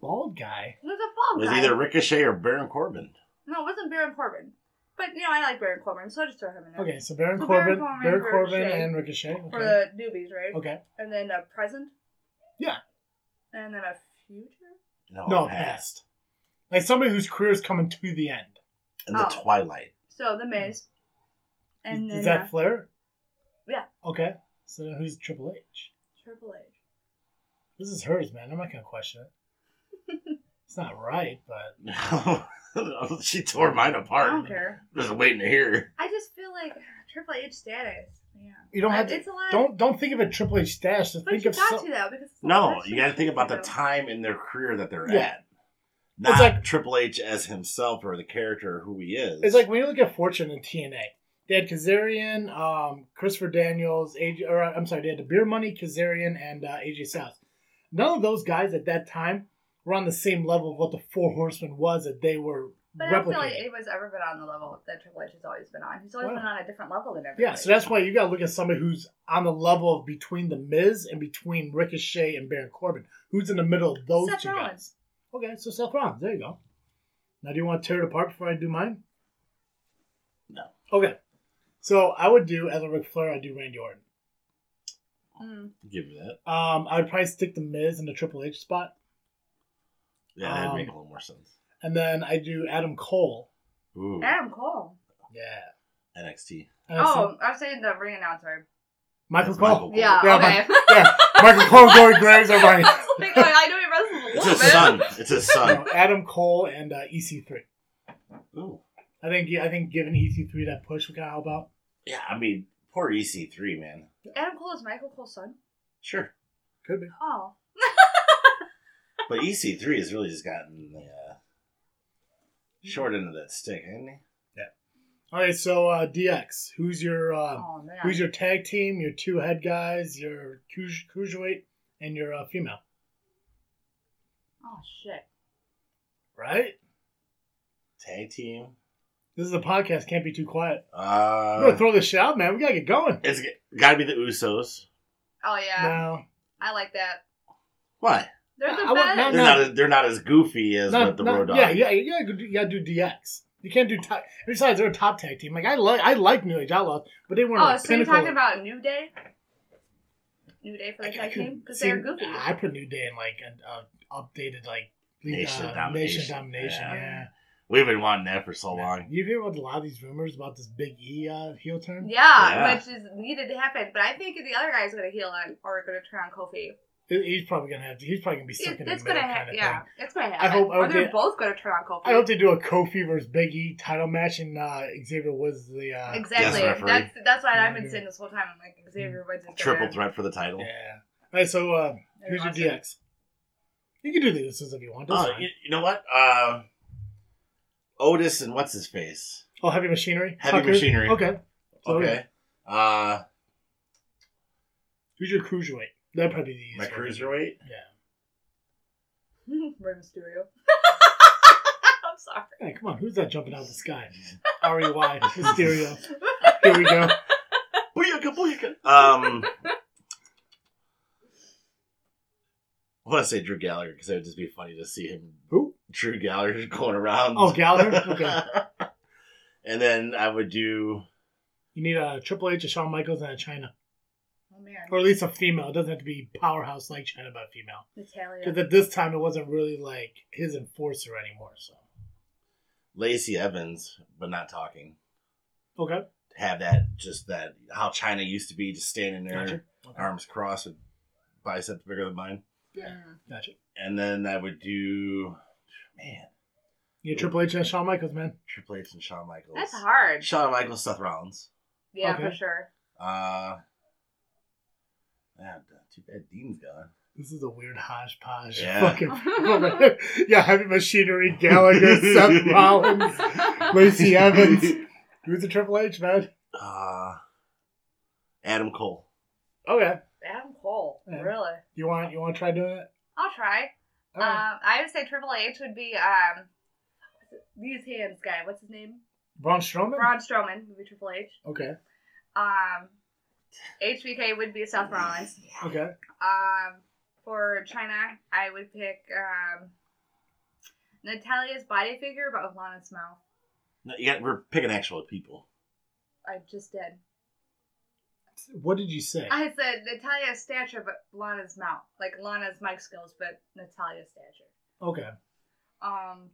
bald guy. He was a It bald was guy. either Ricochet or Baron Corbin. No, it wasn't Baron Corbin. But you know, I like Baron Corbin, so I just throw him in there. Okay, so Baron So Corbin, Baron Baron Corbin, Corbin, Ricochet. and Ricochet. For Okay. the newbies, right? okay. And then a present. Yeah. And then a future. No, No, past. past. Like somebody whose career is coming to the end. In the Oh. Twilight. So the Miz. And Hmm. is, then is that uh, Flair? yeah. Okay. So then who's Triple H? Triple H. This is hers, man. I'm not gonna question it. it's not right, but she tore mine I apart. don't care. Just waiting to hear. I just feel like Triple H status. Yeah. you don't have Uh, to. It's a lot. Don't don't think of a Triple H stash. Just But think you of got some, to though because it's a lot No, of you got to shit think about the do. time in their career that they're Yeah. at. Not like- Triple H as himself or the character who he is. It's like when you look at Fortune and TNA. They had Kazarian, um, Christopher Daniels, AJ, or I'm sorry, they had the Beer Money, Kazarian, and uh, AJ Styles. None of those guys at that time were on the same level of what the Four Horsemen was that they were But I don't feel like replicating. anyone's ever been on the level that Triple H has always been on. He's always Wow. been on a different level than everybody. yeah, so that's why you got to look at somebody who's on the level of between the Miz and between Ricochet and Baron Corbin. Who's in the middle of those Seth two guys? Rollins. Okay, so Seth Rollins. There you go. Now, do you want to tear it apart before I do mine? No. Okay. So I would do as a Ric Flair. I do Randy Orton. Mm. Give me that. Um, I would probably stick the Miz in the Triple H spot, Yeah, that'd Um, make a little more sense. and then I do Adam Cole. Ooh, Adam Cole. Yeah. NXT. And I see Oh, I was saying the ring announcer. Michael That's Cole. Michael. Yeah, Yeah, okay. yeah, Michael Cole, Corey Graves, everybody. I was like, I know he wrestles a It's little his bit. son. It's his son. No, Adam Cole and uh, EC3. Ooh. I think yeah, I think giving EC3 that push would kind of help out. Yeah, I mean, poor EC3, man. Adam Cole is Michael Cole's son. Sure. Could be. Oh, But EC3 has really just gotten the uh, short end of that stick, hasn't he? All right, so uh, DX, who's your um, oh man. who's your tag team? Your two head guys, your cruis- cruiserweight, and your uh, female. oh shit. Right. Tag team. This is a podcast. Can't be too quiet. We're Uh, gonna throw this shit out, man. We gotta get going. it's got to be the Usos. Oh yeah, Now, I like that. Why? They're the I want- best. They're not. as- they're not as goofy as not- with the not- Road Dog. yeah, yeah, you gotta, do- you gotta do DX. You can't do. T- besides, they're a top tag team. Like I like, I like New Age Outlaws, but they weren't. Oh, like, so you're pinnacle- talking about New Day? New Day for I the tag could team? Because see- they're goofy. I put New Day in like an uh, updated like Nation uh, domination. Nation domination. Yeah. Yeah. We've been wanting that for so long. You hear about a lot of these rumors about this Big E uh, heel turn? Yeah. Yeah, which is needed to happen. But I think the other guy's going to heal on, or going to turn on Kofi. He- He's probably gonna have to. He's probably gonna be stuck It, in the it's middle going to kind happen. of Yeah, thing. it's going I to happen. hope- I or hope they're they- both going to turn on Kofi. I hope they do a Kofi versus Big E title match, and uh, Xavier Woods is the uh, exactly. Yes, referee. that's that's what Yeah, I've been yeah. Mm. saying this whole time. I'm like Xavier Woods is Triple gonna- threat for the title. Yeah. All right, so uh, they're here's your awesome. DX. You can do the Usos if you want. Oh, Oh, you, you know what? Uh, Otis and what's his face? oh heavy machinery. Heavy Tucker? Machinery. Okay. So, yeah. Okay. Uh, Who's your cruiserweight? That'd probably be the my easiest. one. cruiserweight. Yeah. Rey Mysterio. I'm sorry. Hey, come on. Who's that jumping out of the sky? R E Y Mysterio. Here we go. Booyaka, booyaka. Um, I want to say Drew Gallagher because it would just be funny to see him. Who? Drew Gallagher going around. Oh, Gallagher. Okay. and then I would do. You need a Triple H, a Shawn Michaels, and a China, Oh man, or at least a female. It doesn't have to be powerhouse like China, but female. Because Natalia. at this time, it wasn't really like his enforcer anymore. So Lacey Evans, but not talking. okay, Have that just that how China used to be, just standing there, gotcha, okay. arms crossed, with biceps bigger than mine. Mm. gotcha. And then I would do, man, You need Triple H and Shawn Michaels, man. Triple H and Shawn Michaels. That's hard. Shawn Michaels, Seth Rollins. Yeah, Okay. for sure. Uh, man, uh, too bad Dean's gone. This is a weird hodgepodge. Yeah. Fucking, yeah, heavy machinery, Gallagher, Seth Rollins, Lacey Evans. Who's the Triple H man? Uh, Adam Cole. Okay, Adam Cole, Yeah. really? you want you want to try doing it? I'll try. All right. Um, I would say Triple H would be um, these hands guy. What's his name? Braun Strowman. Braun Strowman would be Triple H. Okay, Um, HBK would be Seth Rollins. okay. Um, for China, I would pick um, Natalia's body figure, but with Lana's mouth. No, you got. We're picking actual people. I just did. What did you say? I said Natalia's stature, but Lana's mouth. Like Lana's mic skills, but Natalia's stature. okay, Um,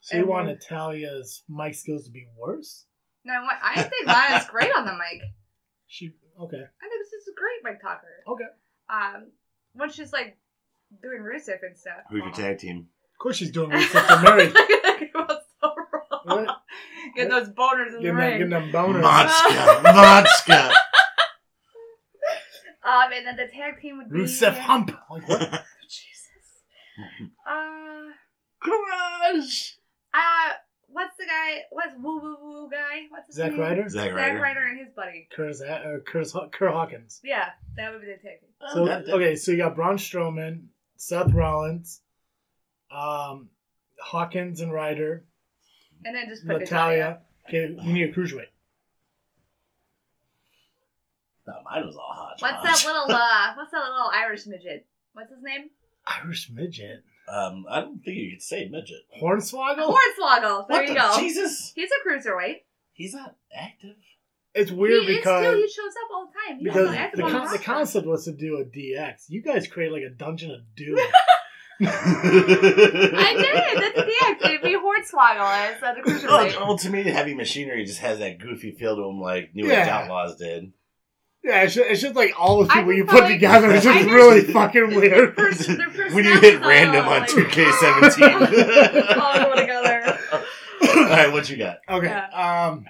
so you And want then- Natalia's mic skills to be worse? no, I want- I think Lana's great on the mic. She okay. I think this is a great mic talker. Okay. Um, when she's like doing Rusev and stuff. Who's your tag team? Of course, she's doing research. They're married. Right. Get those boners in the Getting them, ring. getting them boners. Matska, Matska. Um, and then the tag team would be Rusev Hump. Like what? Jesus. Uh, Garage. uh, what's the guy? What's Woo Woo Woo guy? What's his Zack name? Ryder, Zack Zack Ryder. Ryder and his buddy. Curtis, uh, Curtis, Haw- Kerr Hawkins. Yeah, that would be the tag team. So That- that- okay, so you got Braun Strowman, Seth Rollins, um, Hawkins and Ryder, And then just put Natalia. Okay, you need a cruiserweight. no, mine was all hot. What's that little uh? What's that little Irish midget? What's his name? Irish midget. Um, I don't think you could say midget. Hornswoggle. Hornswoggle. There what you the go. Jesus? He's a cruiserweight. He's not active. it's weird he is because still, he shows up all the time. He's because not active the, on con- the roster. concept was to do a DX. You guys create like a dungeon of doom. I did. That's the idea. It'd be Hornswoggle as uh, the Look, Oh, cruiserweight. well, Oh, to me, heavy machinery just has that goofy feel to him, like New Age Yeah. Outlaws did. yeah, it's just, it's just like all the I people just you felt put like- together. It's I just just- really fucking weird. Pers- their when you hit personalities random are on like- 2K17. all go together. All right, what you got? Okay. Yeah. Um.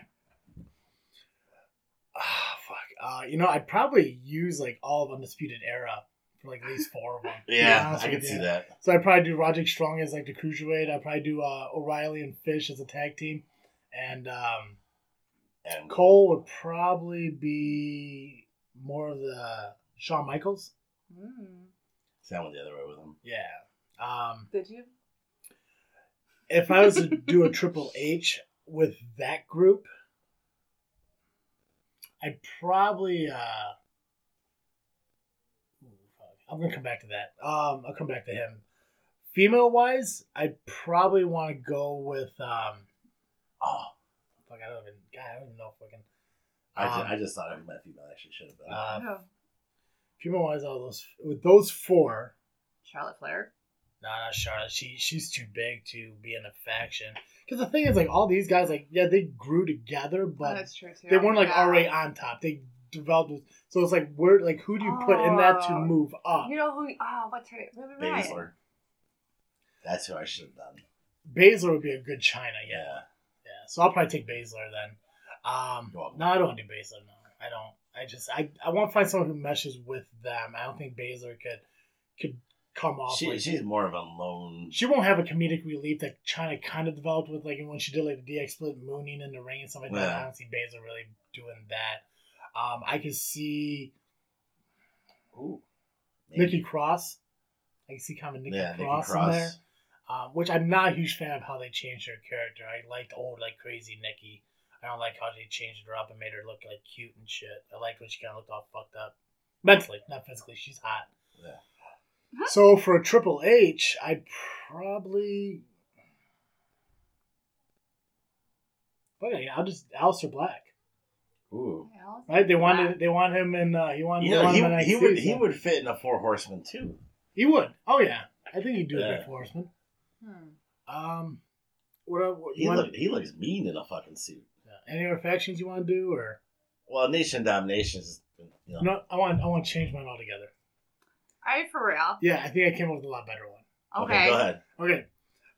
ah, fuck. Uh, you know, I'd probably use like all of Undisputed Era for like at least four of them. to be Yeah, honest I can with see you. that. So I'd probably do Roderick Strong as like the cruiserweight. I'd probably do uh, O'Reilly and Fish as a tag team, and um, And Cole would probably be more of the Shawn Michaels. Mm. Sam went the other way with him. Yeah. Um, Did you? if I was to do a Triple H with that group, I'd probably. Uh, I'm gonna come back to that. Um, I'll come back to him. Female wise, I'd probably want to go with. Um, oh, fuck! I don't even. God, I don't even know if fucking. I, ju- Um, I just thought I met female. I should should have been. Uh, Oh, female wise, all those with those four. Charlotte Flair. Oh, No, not Charlotte. She she's too big to be in a faction. Because the thing is, like all these guys, like yeah, they grew together, Oh, but that's true too. they weren't like Yeah. already on top. They developed. with- So it's like where, like who do you put in that to Oh. move up? You know who? Oh, what's her name? Ruby Riot. Baszler. That's who I should have done. Baszler would be a good China. Yeah, Yeah. yeah. So I'll probably take Baszler then. Um, You're welcome. no, I don't want to do Baszler. No, I don't. I just I I want to find someone who meshes with them. I don't think Baszler could could come off. She, like- she's more of a lone. she won't have a comedic relief that China kind of developed with, like when she did like the DX split mooning in the ring and stuff like that. Yeah. I don't see Baszler really doing that. Um, I can see Ooh. Nikki Cross. I can see kind of Nikki, Yeah, Nikki Cross, Cross. in there, um, which I'm not a huge fan of how they changed her character. I liked old like crazy Nikki. I don't like how they changed her up and made her look like cute and shit. I liked when she kind of looked all fucked up, mentally, not physically. She's hot. Yeah. So for Triple H, I'd probably. Okay, I'll just Alistair Black. Ooh. Right? They wanted they want him in uh he wanted You they know, want he, him in he NXT, would he so- would fit in a four horseman too. he would. Oh yeah. I think he'd do a Yeah. good horseman. Hmm. Um what, I- what He you want look, he looks mean in a fucking suit. any other factions you want to do or Well, Nation Domination's you know, no I want I want to change mine altogether. Are you for real? Yeah, I think I came up with a lot better one. Okay. Go ahead. Okay.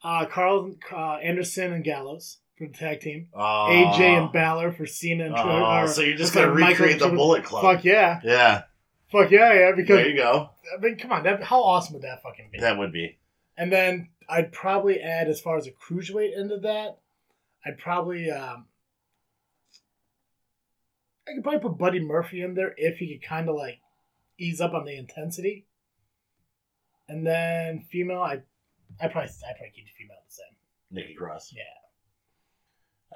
Uh Carl uh, Anderson and Gallows for the tag team. Oh. AJ and Balor for Cena and Twitter. Oh, or- so you're just or gonna Michael recreate the Jordan. Bullet Club. Fuck yeah. yeah. Fuck yeah, yeah. There Because you go. I mean, come on, that how awesome would that fucking be? That would be. And then I'd probably add as far as a cruiserweight into that, I'd probably um I could probably put Buddy Murphy in there if he could kind of like ease up on the intensity. And then female, I I probably I probably keep the female the same. Nikki Cross. Yeah.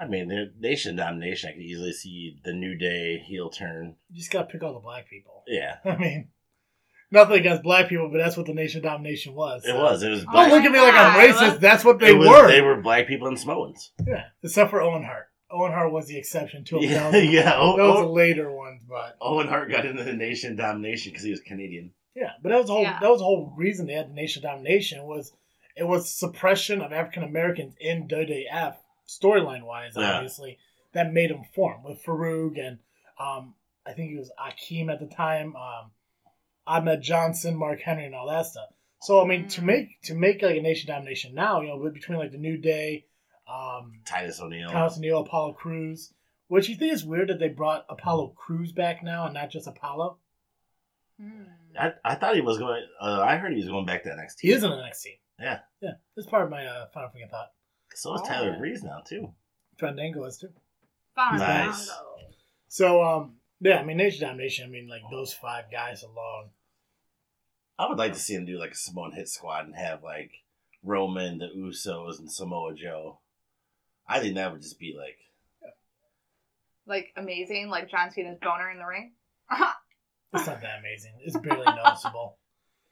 I mean, the Nation Domination. I could easily see the New Day heel turn. You just gotta pick all the black people. Yeah, I mean, nothing against black people, but that's what the nation of domination was. it so. was. It was. Oh, Don't Black. look at me like I'm Yeah, it was- racist. That's what they it was- were. They were black people and Samoans. Yeah, except for Owen Hart. Owen Hart was the exception to it. Yeah, That was, yeah. O- that was a O- later one, but Owen Hart got into the Nation Domination because he was Canadian. yeah, but that was the whole Yeah. that was the whole reason they had the nation of domination was it was suppression of African Americans in WWF storyline wise. Yeah. Obviously, that made them form with Farouk and um, I think he was Akeem at the time, um, Ahmed Johnson, Mark Henry, and all that stuff. So I mean, to Mm. make to make like a nation of domination now, you know, between like the New Day, um, Titus O'Neil. Thomas Neil, Apollo Cruz. Which you think is weird that they brought Apollo Cruz back now and not just Apollo? Hmm. I, I thought he was going. Uh, I heard he was going back to NXT. He is in NXT. Yeah. Yeah. This part of my uh, final freaking thought. So is Oh. Tyler Breeze now too. Fandango is too. Found Nice. Ronaldo. So, um, yeah, I mean, Nation Domination, I mean, like, those five guys alone. I would like to see him do like a Samoan hit squad and have like Roman, the Usos, and Samoa Joe. I think that would just be like Like amazing, like John Cena's boner in the ring. It's not that amazing. It's barely noticeable.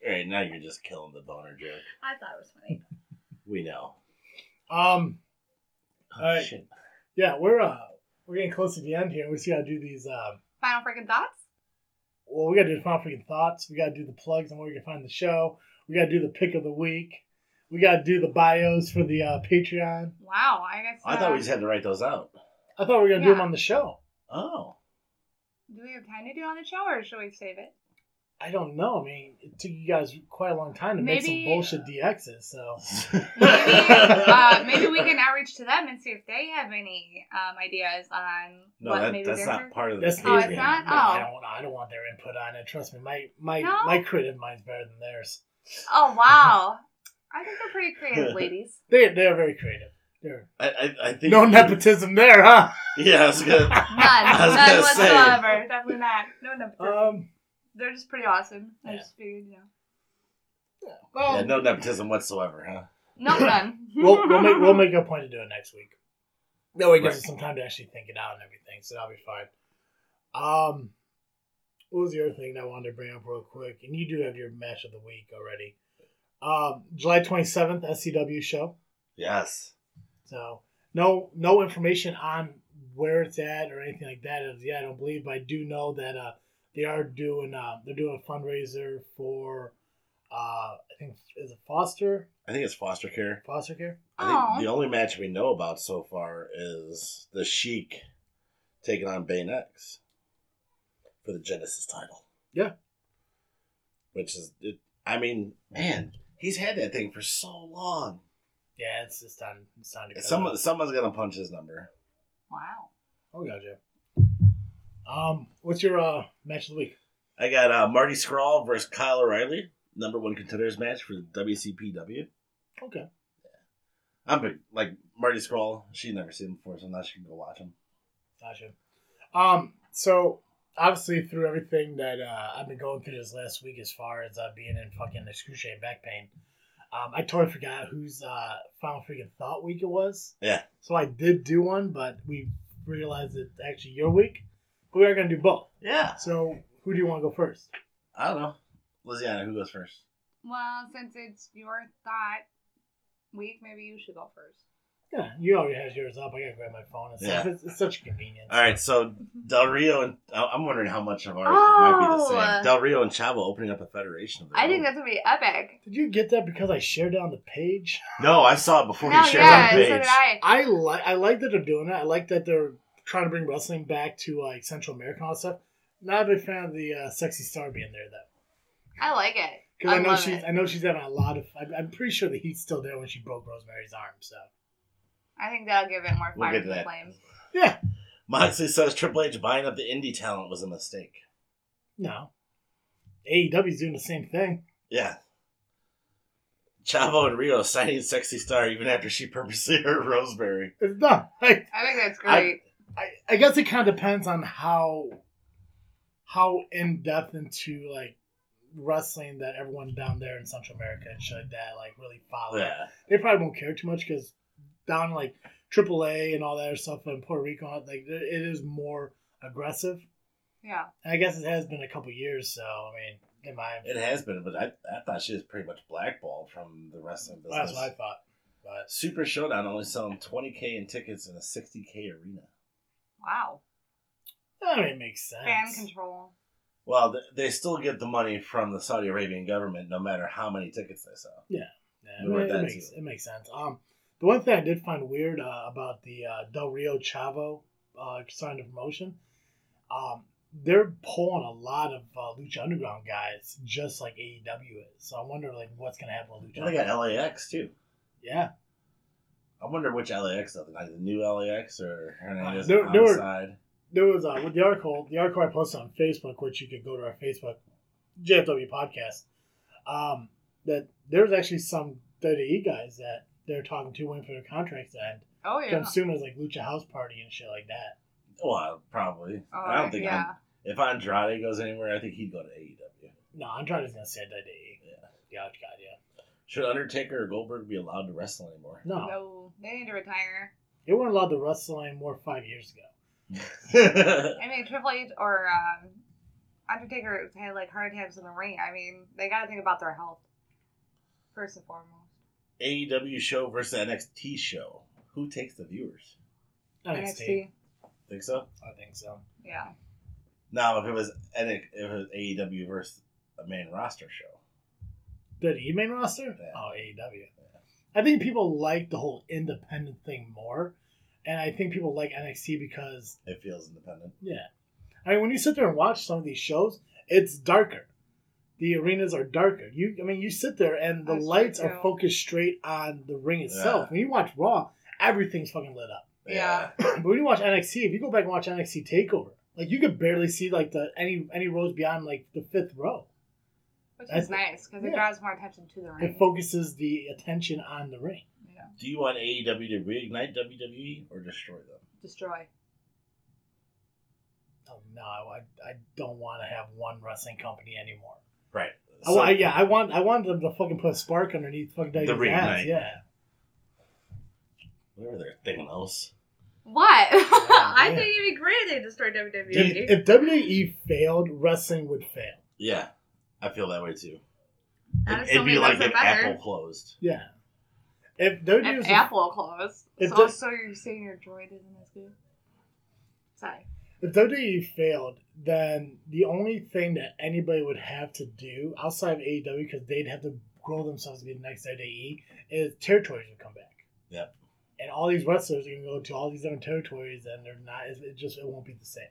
All right, now you're just killing the boner joke. I thought it was funny. We know. Um, Oh, All right. shit. yeah, we're, uh, we're getting close to the end here. We see how to do these, um, Final freaking thoughts. well, we got to do the final freaking thoughts. We got to do the plugs and where we can find the show. We got to do the pick of the week. We got to do the bios for the uh, Patreon. Wow, I guess. I uh, thought we just had to write those out. I thought we were going to do them Yeah. on the show. Oh. Do we have time to do it on the show, or should we save it? I don't know. I mean, it took you guys quite a long time to make some Maybe- bullshit DXs. So Maybe, uh, maybe we can outreach to them and see if they have any um, ideas on No, what that, maybe that's they're not part of the. that's Oh, it's the- not? No, I Oh. don't. I don't want their input on it. Trust me, my my No? my creative mind's better than theirs. Oh wow, I think they're pretty creative, ladies. They they are very creative. They're I, I, I think no nepotism there, huh? Yeah, that's good. None, was none gonna say. whatsoever. Definitely not. No, no. Um. they're just pretty awesome. I yeah. just figured, you know. Well, Yeah, no nepotism whatsoever, huh? Not done. We'll, we'll make we'll make a point to do it next week. That way, it gives Right. us some time to actually think it out and everything. So that'll be fine. Um, what was the other thing that I wanted to bring up real quick? And you do have your match of the week already. Um, July twenty seventh, SCW show. Yes. So no no information on where it's at or anything like that as yet. I don't believe, but I do know that uh, they are doing uh, they're doing a fundraiser for uh, I think is it foster I think it's foster care. foster care. I Aw. think the only match we know about so far is the Sheik taking on Bane X for the Genesis title. Yeah. Which is, it, I mean, man, he's had that thing for so long. Yeah, it's it's time it's time to go. Someone, someone's gonna punch his number. wow. oh gotcha. Um, what's your uh, match of the week? I got uh, Marty Scrawl versus Kyle O'Reilly, number one contenders match for the WCPW. Okay, I'm big, like Marty Scrawl. She's never seen him before, so now she can go watch him. gotcha. Um, so obviously through everything that uh, I've been going through this last week, as far as uh, being in fucking excruciating back pain, um, I totally forgot whose uh, final freaking thought week it was. Yeah. So I did do one, but we realized it's actually your week. But we are gonna do both. Yeah. So who do you want to go first? I don't know. Lisiana, who goes first? Well, since it's your thought week, maybe you should go first. Yeah, you already have yours up. I gotta grab my phone. It's, Yeah. it's, it's such a convenience. All right, so Del Rio and I- I'm wondering how much of ours Oh. might be the same. Del Rio and Chavo opening up a federation. Of their I think own. that's gonna be epic. Did you get that because I shared it on the page? no. I saw it No, before you shared yeah, on so the page. did I. I like I like that they're doing it. I like that they're trying to bring wrestling back to like Central America and all that stuff. Not a big fan of the uh, sexy star being there though, I like it. because I, know love she's it. I know she's having a lot of. I'm, I'm pretty sure the heat's still there when she broke Rosemary's arm. So I think that'll give it more We'll fire get to to the that. flames. yeah, Moxley says Triple H buying up the indie talent was a mistake. no, AEW's doing the same thing. Yeah. Chavo and Rio signing Sexy Star even after she purposely hurt Roseberry. It's done. Like I think that's I- great. I, I guess it kind of depends on how how in depth into like wrestling that everyone down there in Central America and shit like that like really follow. Yeah. They probably won't care too much because down like AAA and all that other stuff in Puerto Rico, uh, like it it is more aggressive. yeah. And I guess it has been a couple years, so I mean, in my It has been, but I, I thought she was pretty much blackballed from the wrestling business. that's what I thought. But Super Showdown only selling 20K in tickets in a 60K arena. Wow. I mean, it makes sense. Fan control. Well, th- they still get the money from the Saudi Arabian government no matter how many tickets they sell. Yeah, We were it, that it makes too. it makes sense. Um, the one thing I did find weird uh, about the uh, Del Rio Chavo uh, sign of promotion, um, they're pulling a lot of uh, Lucha Underground guys, just like AEW is. So I wonder like what's gonna happen with Lucha. And they got Underground. LAX too. Yeah, I wonder which LAX though, like the new LAX or Hernandez Uh, there- and there were- Homicide. there was uh, with the article the article I posted on Facebook, which you could go to our Facebook JFW podcast. Um, that there's actually some WWE guys that they're talking to waiting for their contracts to end. Oh Which I'm yeah. assuming is like Lucha House Party and shit like that. Well, probably. Oh, I don't think yeah. I'm- if Andrade goes anywhere, I think he'd go to E AEW. No, I'm trying to say that day. Yeah, God, yeah. Should Undertaker or Goldberg be allowed to wrestle anymore? No, No, they need to retire. they weren't allowed to wrestle anymore five years ago. yeah, I mean, Triple H or um, Undertaker had like heart attacks in the ring. I mean, they got to think about their health first and foremost. AEW E show versus NXT show. Who takes the viewers? NXT. Think so? I think so. Yeah. Now, if it was N- if it was AEW versus a main roster show, The E main roster? Yeah. Oh, AEW. I think people like the whole independent thing more, and I think people like NXT because it feels independent. yeah, I mean when you sit there and watch some of these shows, it's darker. The arenas are darker. You, I mean, you sit there and the That's true, lights too. are focused straight on the ring itself. Yeah. When you watch Raw, everything's fucking lit up. Yeah. But when you watch NXT, if you go back and watch NXT Takeover, like you could barely see like the any any rows beyond like the fifth row. Which That's- is nice because it yeah. draws more attention to the ring. It focuses the attention on the ring. yeah. Do you want AEW to reignite WWE or destroy them? Destroy. Oh no, I, I don't want to have one wrestling company anymore. Right. Oh, I wa- yeah, I want I want them to fucking put a spark underneath fucking The Daisy's reignite. ass. Yeah, Whatever they're thinking else. What? I yeah. think it'd be great if they destroyed E. WWE. If, if WWE failed, wrestling would fail. Yeah, I feel that way too. That It, is so would be like many lives are if better. Apple closed. Yeah. If WWE An was apple claws. If So, the- so you're saying your droid isn't as good? Sorry. if WWE failed, then the only thing that anybody would have to do outside of AEW, because they'd have to grow themselves to be the next AEW, is territories would come back. Yep. And all these wrestlers are gonna go to all these different territories, and they're not. It it just it won't be the same.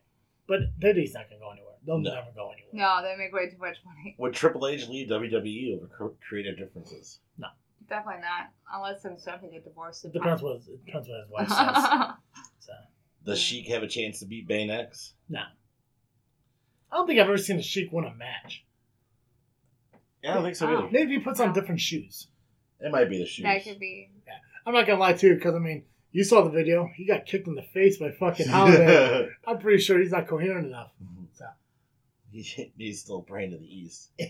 But WWE's not gonna go anywhere. They'll No. never go anywhere. No, they make way too much money. Would Triple H leave WWE E over cr- creative differences? Definitely not. Unless some stuff they get divorced. It depends what it depends what his wife says. I So. Does Yeah. Sheik have a chance to beat Bane X? I don't think I've ever seen a Sheik win a match. Yeah, I don't think so Oh. either. Maybe he puts on different shoes. It might be the shoes. That could be. I'm not gonna lie too, because I mean, you saw the video. He got kicked in the face by fucking Holiday. I'm pretty sure he's not coherent enough. He- He's still praying to the east.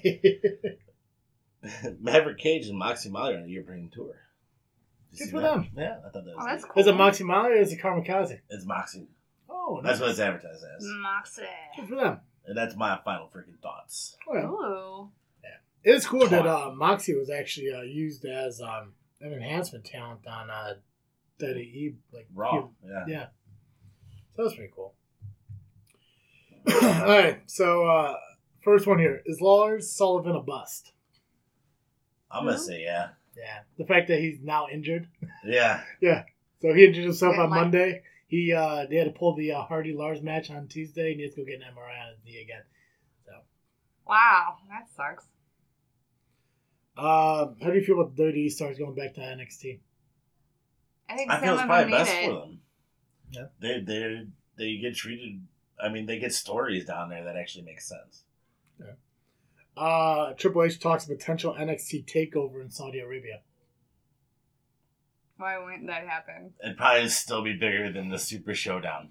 Good Maverick Cage and Moxie Molly are on a European tour. Did you see for that? them. Yeah, I thought that was. Oh, that's neat. cool. Is it Moxie Molly or is it Kamikaze? It's Moxie. Oh, That's nice. what it's advertised as. Mm. Moxie. Good for them. And that's my final freaking thoughts. Oh, yeah. Ooh. It's cool that uh, Moxie was actually uh, used as um, an enhancement talent on uh, WWE. Like Raw. few- Yeah. Yeah. So that's pretty cool. All right, so uh, first one here is Lars Sullivan a bust? I'm going Mhm. to say, yeah. Yeah, the fact that he's now injured. Yeah. So he injured himself Good on luck. Monday. He uh, they had to pull the uh, Hardy Lars match on Tuesday, and he has to go get an MRI on his knee again. Wow. That sucks. Uh, how do you feel about the WWE stars going back to NXT? I think I feel it's Sam probably would best need for it. them. Yeah. They, they, they get treated. I mean, they get stories down there that actually make sense. Uh, Triple H talks potential NXT takeover in Saudi Arabia. Why wouldn't that happen? It'd probably still be bigger than the Super Showdown.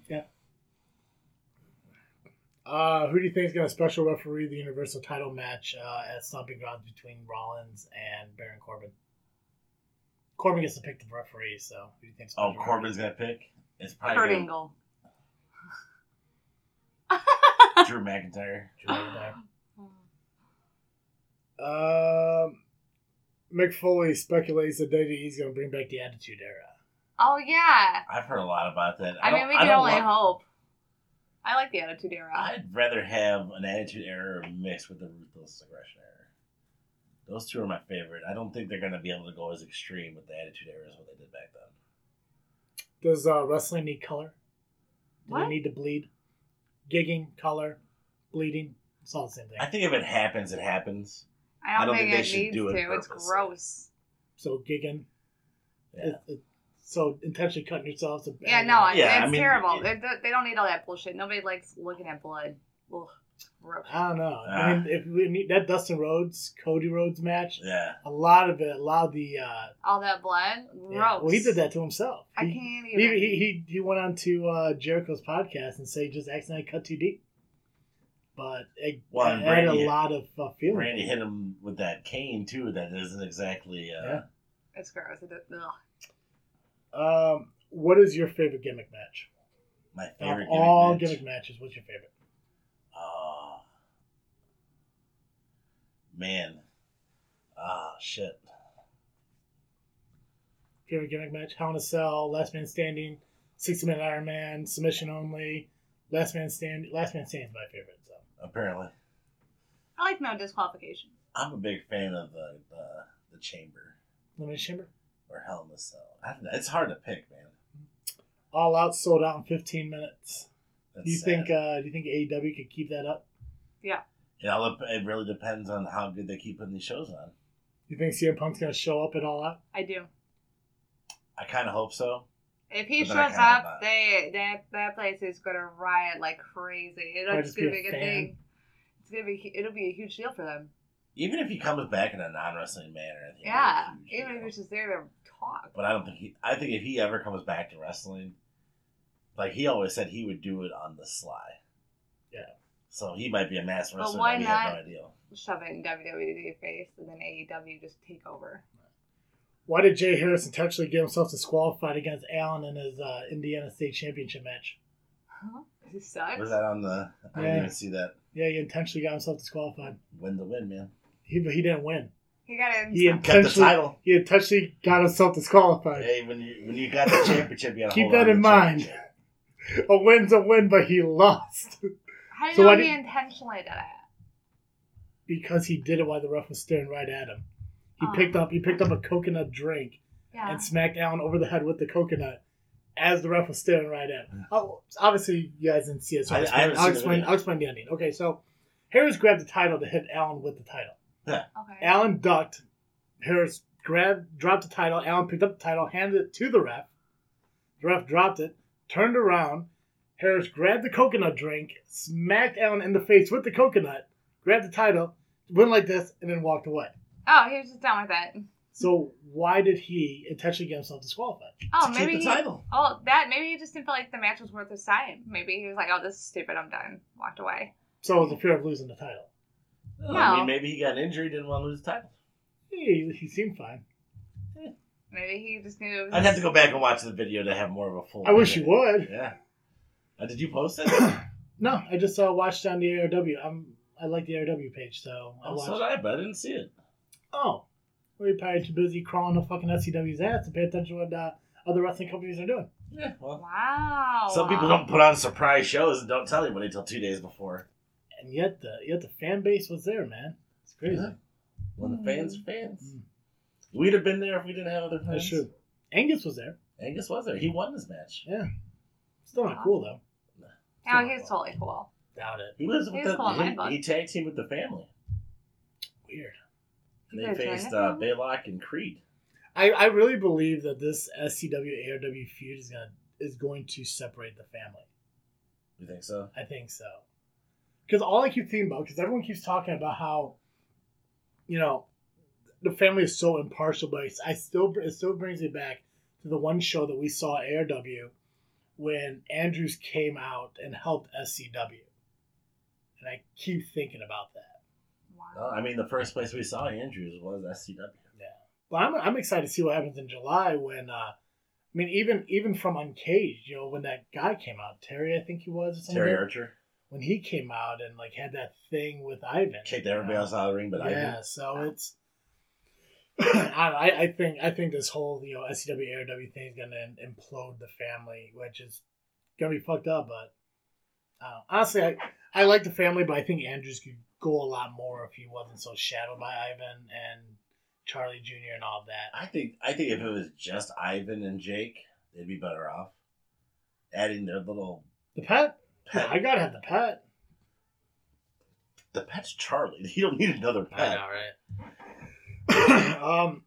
Uh, who do you think is going to special referee the Universal Title match uh, at Stomping Grounds between Rollins and Baron Corbin? Corbin gets to pick the referee, so who do you think? Oh, Corbin's going to pick? It's Kurt probably gonna- Angle. Drew McIntyre. Um, Mick Foley speculates that WWE is going to bring back the Attitude Era. Oh, yeah. I've heard a lot about that. I, don't- mean, we I can don't only want- hope. I like the Attitude Era. I'd rather have an attitude error mixed with the ruthless aggression error. Those two are my favorite. I don't think they're going to be able to go as extreme with the attitude error as what they did back then. Does uh, wrestling need color? Do What? they need to bleed? Gigging, color, bleeding, it's all the same thing. I think if it happens, it happens. I don't, think, it should needs do it to. It's purposely. gross. So gigging. Yeah. It- it- so intentionally cutting yourselves. To Yeah, no, I, Yeah, I it's mean, terrible. it- They they, they don't need all that bullshit. Nobody likes looking at blood. Ugh, gross. I don't know. I Ah. mean, if we need that Dustin Rhodes, Cody Rhodes match, Yeah. a lot of it, a lot of the. Uh, All that blood? Gross. yeah. Well, he did that to himself. I He- can't He, even. he, he, he went on to uh, Jericho's podcast and say just accidentally cut too deep. But it, Well, it and had a Brandy- lot of uh, feeling. Randy hit him with that cane, too, that isn't exactly. Uh, Yeah. it's gross. It, ugh. Um, what is your favorite gimmick match? My Of favorite gimmick. all match. gimmick matches, what's your favorite? Oh. Man. Ah, shit. Favorite gimmick match? Hell in a Cell, Last Man Standing, 60 Minute Iron Man, Submission Only, Last Man Stand. Last Man Standing is my favorite. So Apparently. I like no disqualification. I'm a big fan of the, the, the chamber. Limited Chamber. or Hell in a Cell. I don't know. It's hard to pick, man. All Out sold out in 15 minutes. That's Do you sad. think? Uh, do you think AEW could keep that up? It all dep- it really depends on how good they keep putting these shows on. Do you think CM Punk's gonna show up at All Out? I do. I kind of hope so. If he But shows then I kinda like up, that. they that that place is gonna riot like crazy. Or It's just gonna be be a a good fan. thing. It's gonna be it'll be a huge deal for them. Even if he comes back in a non wrestling manner, I think. Yeah, it'd be huge, even you if know. it's just there to talk. But I don't think he. I think if he ever comes back to wrestling, like he always said, he would do it on the sly. Yeah. So he might be a mass wrestler. why that we have not? no idea. E Shove it in WWE face and then AEW just take over. Why did Jay Harris intentionally get himself disqualified against Allen in his uh, Indiana State Championship match? Huh? He sucks. Was that on the? I didn't Yeah. even see that. Yeah, he intentionally got himself disqualified. Win the win, man. He but he didn't win. He got in. He Kept the intentionally title. he intentionally got himself disqualified. Hey, when you when you got the championship, you gotta Keep hold that on to in the mind. championship. A win's a win, but he lost How do you So know I he didn't- intentionally did it? because he did it while the ref was staring right at him. He Oh. picked up he picked up a coconut drink Yeah. and smacked Allen over the head with the coconut as the ref was staring right at him. Oh, obviously, you guys didn't see it, so I- I'll I explain, haven't I'll, seen the explain, video. I'll explain the ending. Okay, so Harris grabbed the title to hit Allen with the title. okay. Allen ducked. Harris grabbed, dropped the title. Allen picked up the title, handed it to the ref. The ref dropped it, turned around. Harris grabbed the coconut drink, smacked Allen in the face with the coconut, grabbed the title, went like this, and then walked away. oh, he was just done with it. So why did he intentionally get himself disqualified? Oh, To maybe keep the he- title. Oh, that maybe he just didn't feel like the match was worth his time. Maybe he was like, "Oh, this is stupid. I'm done." Walked away. So it was the fear of losing the title. I No. mean, maybe he got injured, didn't want to lose the title. He, he seemed fine. Maybe he just knew. It was I'd have to go back and watch the video to have more of a full. I wish you would. Yeah. Uh, did you post it? No, I just uh, watched on the ARW. I'm I like the ARW page, so I oh, watched. so did I, but I didn't see it. Oh, we're probably too busy crawling the fucking SCW's ass to pay attention to what uh, other wrestling companies are doing. Yeah. Well, Oh, Wow. some people don't put on surprise shows and don't tell anybody until two days before. And yet the yet the fan base was there, man. It's crazy. Yeah. When the Hmm. fans are fans. Mm. We'd have been there if we didn't have other fans. That's true. Angus was there. Angus was there. He won this match. Still not cool though. No, he was totally cool. Doubt it. He lives He with was the, cool in my he- book. he, tag team with the family. Weird. And You they guys joined faced the uh, family? Baylock and Creed. I, I really believe that this SCW ARW feud is gonna is going to separate the family. You think so? I think so. Because all I keep thinking about, because everyone keeps talking about how, you know, the family is so impartial, but it's- I still it still brings me back to the one show that we saw at ARW when Andrews came out and helped SCW, and I keep thinking about that. Well, Wow. I mean, the first place we saw Andrews was SCW. But I'm, I'm excited to see what happens in July when, uh, I mean, even even from Uncaged, you know, when that guy came out, Terry, I think he was, or something Terry like that, Archer when he came out and like had that thing with Ivan, kicked you everybody know? else out of the ring, but I yeah, did. so it's. I, don't know, I I think I think this whole you know SCW ARW thing is gonna implode the family, which is gonna be fucked up. But uh, honestly, I I like the family, but I think Andrews could go a lot more if he wasn't so shadowed by Ivan and Charlie Jr. and all that. I think I think if it was just Ivan and Jake, they'd be better off. Adding their little The pet, pet. I gotta have the pet. the pet's Charlie. You don't need another pet. right? um,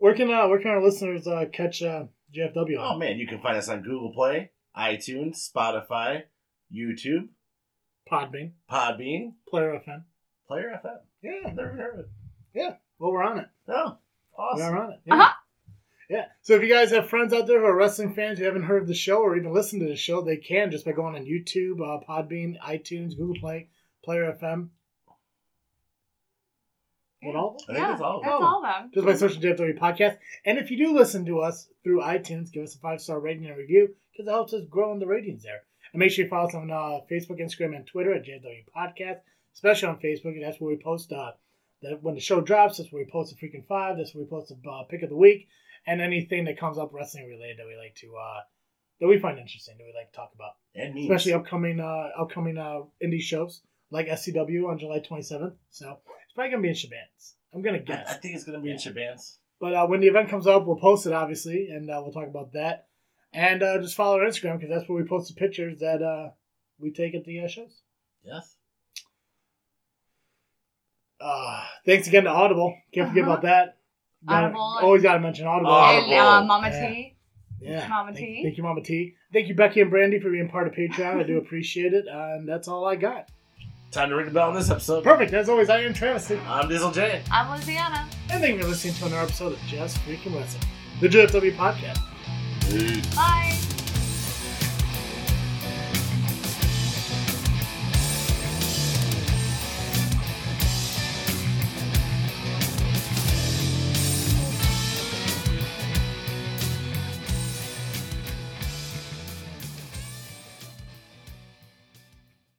where can uh, where can our listeners uh, catch uh, JFW? Oh on? man, you can find us on Google Play, iTunes, Spotify, YouTube, Podbean, Podbean, Player FM. Player FM. Yeah, I've never heard of it. well we're on it. Oh, We awesome. are on it. Yeah. Uh-huh. Yeah. So if you guys have friends out there who are wrestling fans who haven't heard of the show or even listened to the show, they can just by going on YouTube, uh, Podbean, iTunes, Google Play, Player FM. What all? I think that's all. That's all of them. Just by searching JFW Podcast. And if you do listen to us through iTunes, give us a five star rating and review because it helps us grow in the ratings there. And make sure you follow us on uh, Facebook, Instagram, and Twitter at JFW Podcast, especially on Facebook. That's where we post uh, the, when the show drops. That's where we post the freaking five. That's where we post the uh, pick of the week and anything that comes up wrestling related that we like to uh, that we find interesting that we like to talk about, And memes. especially upcoming uh, upcoming uh, indie shows like SCW on July 27th. So it's probably gonna be in Shabans. I'm gonna I, guess. I think it's gonna be in Shabans. But uh, when the event comes up, we'll post it obviously, and uh, we'll talk about that. And uh, just follow our Instagram because that's where we post the pictures that uh, we take at the uh, shows. Yes. Uh, thanks again to Audible. Can't forget about that. Gotta- Audible. Always got to mention Audible. Audible. And uh, Mama Yeah. T. Yeah. Mama thank, T. Thank you, Mama T. Thank you, Becky and Brandy, for being part of Patreon. I do appreciate it. Uh, and that's all I got. Time to ring the bell on this episode. Perfect. As always, I am Travis. And I'm Dizzle J. I'm Louisiana. thank you for listening to another episode of Just Freaking Wrestling, the JFW podcast. Bye.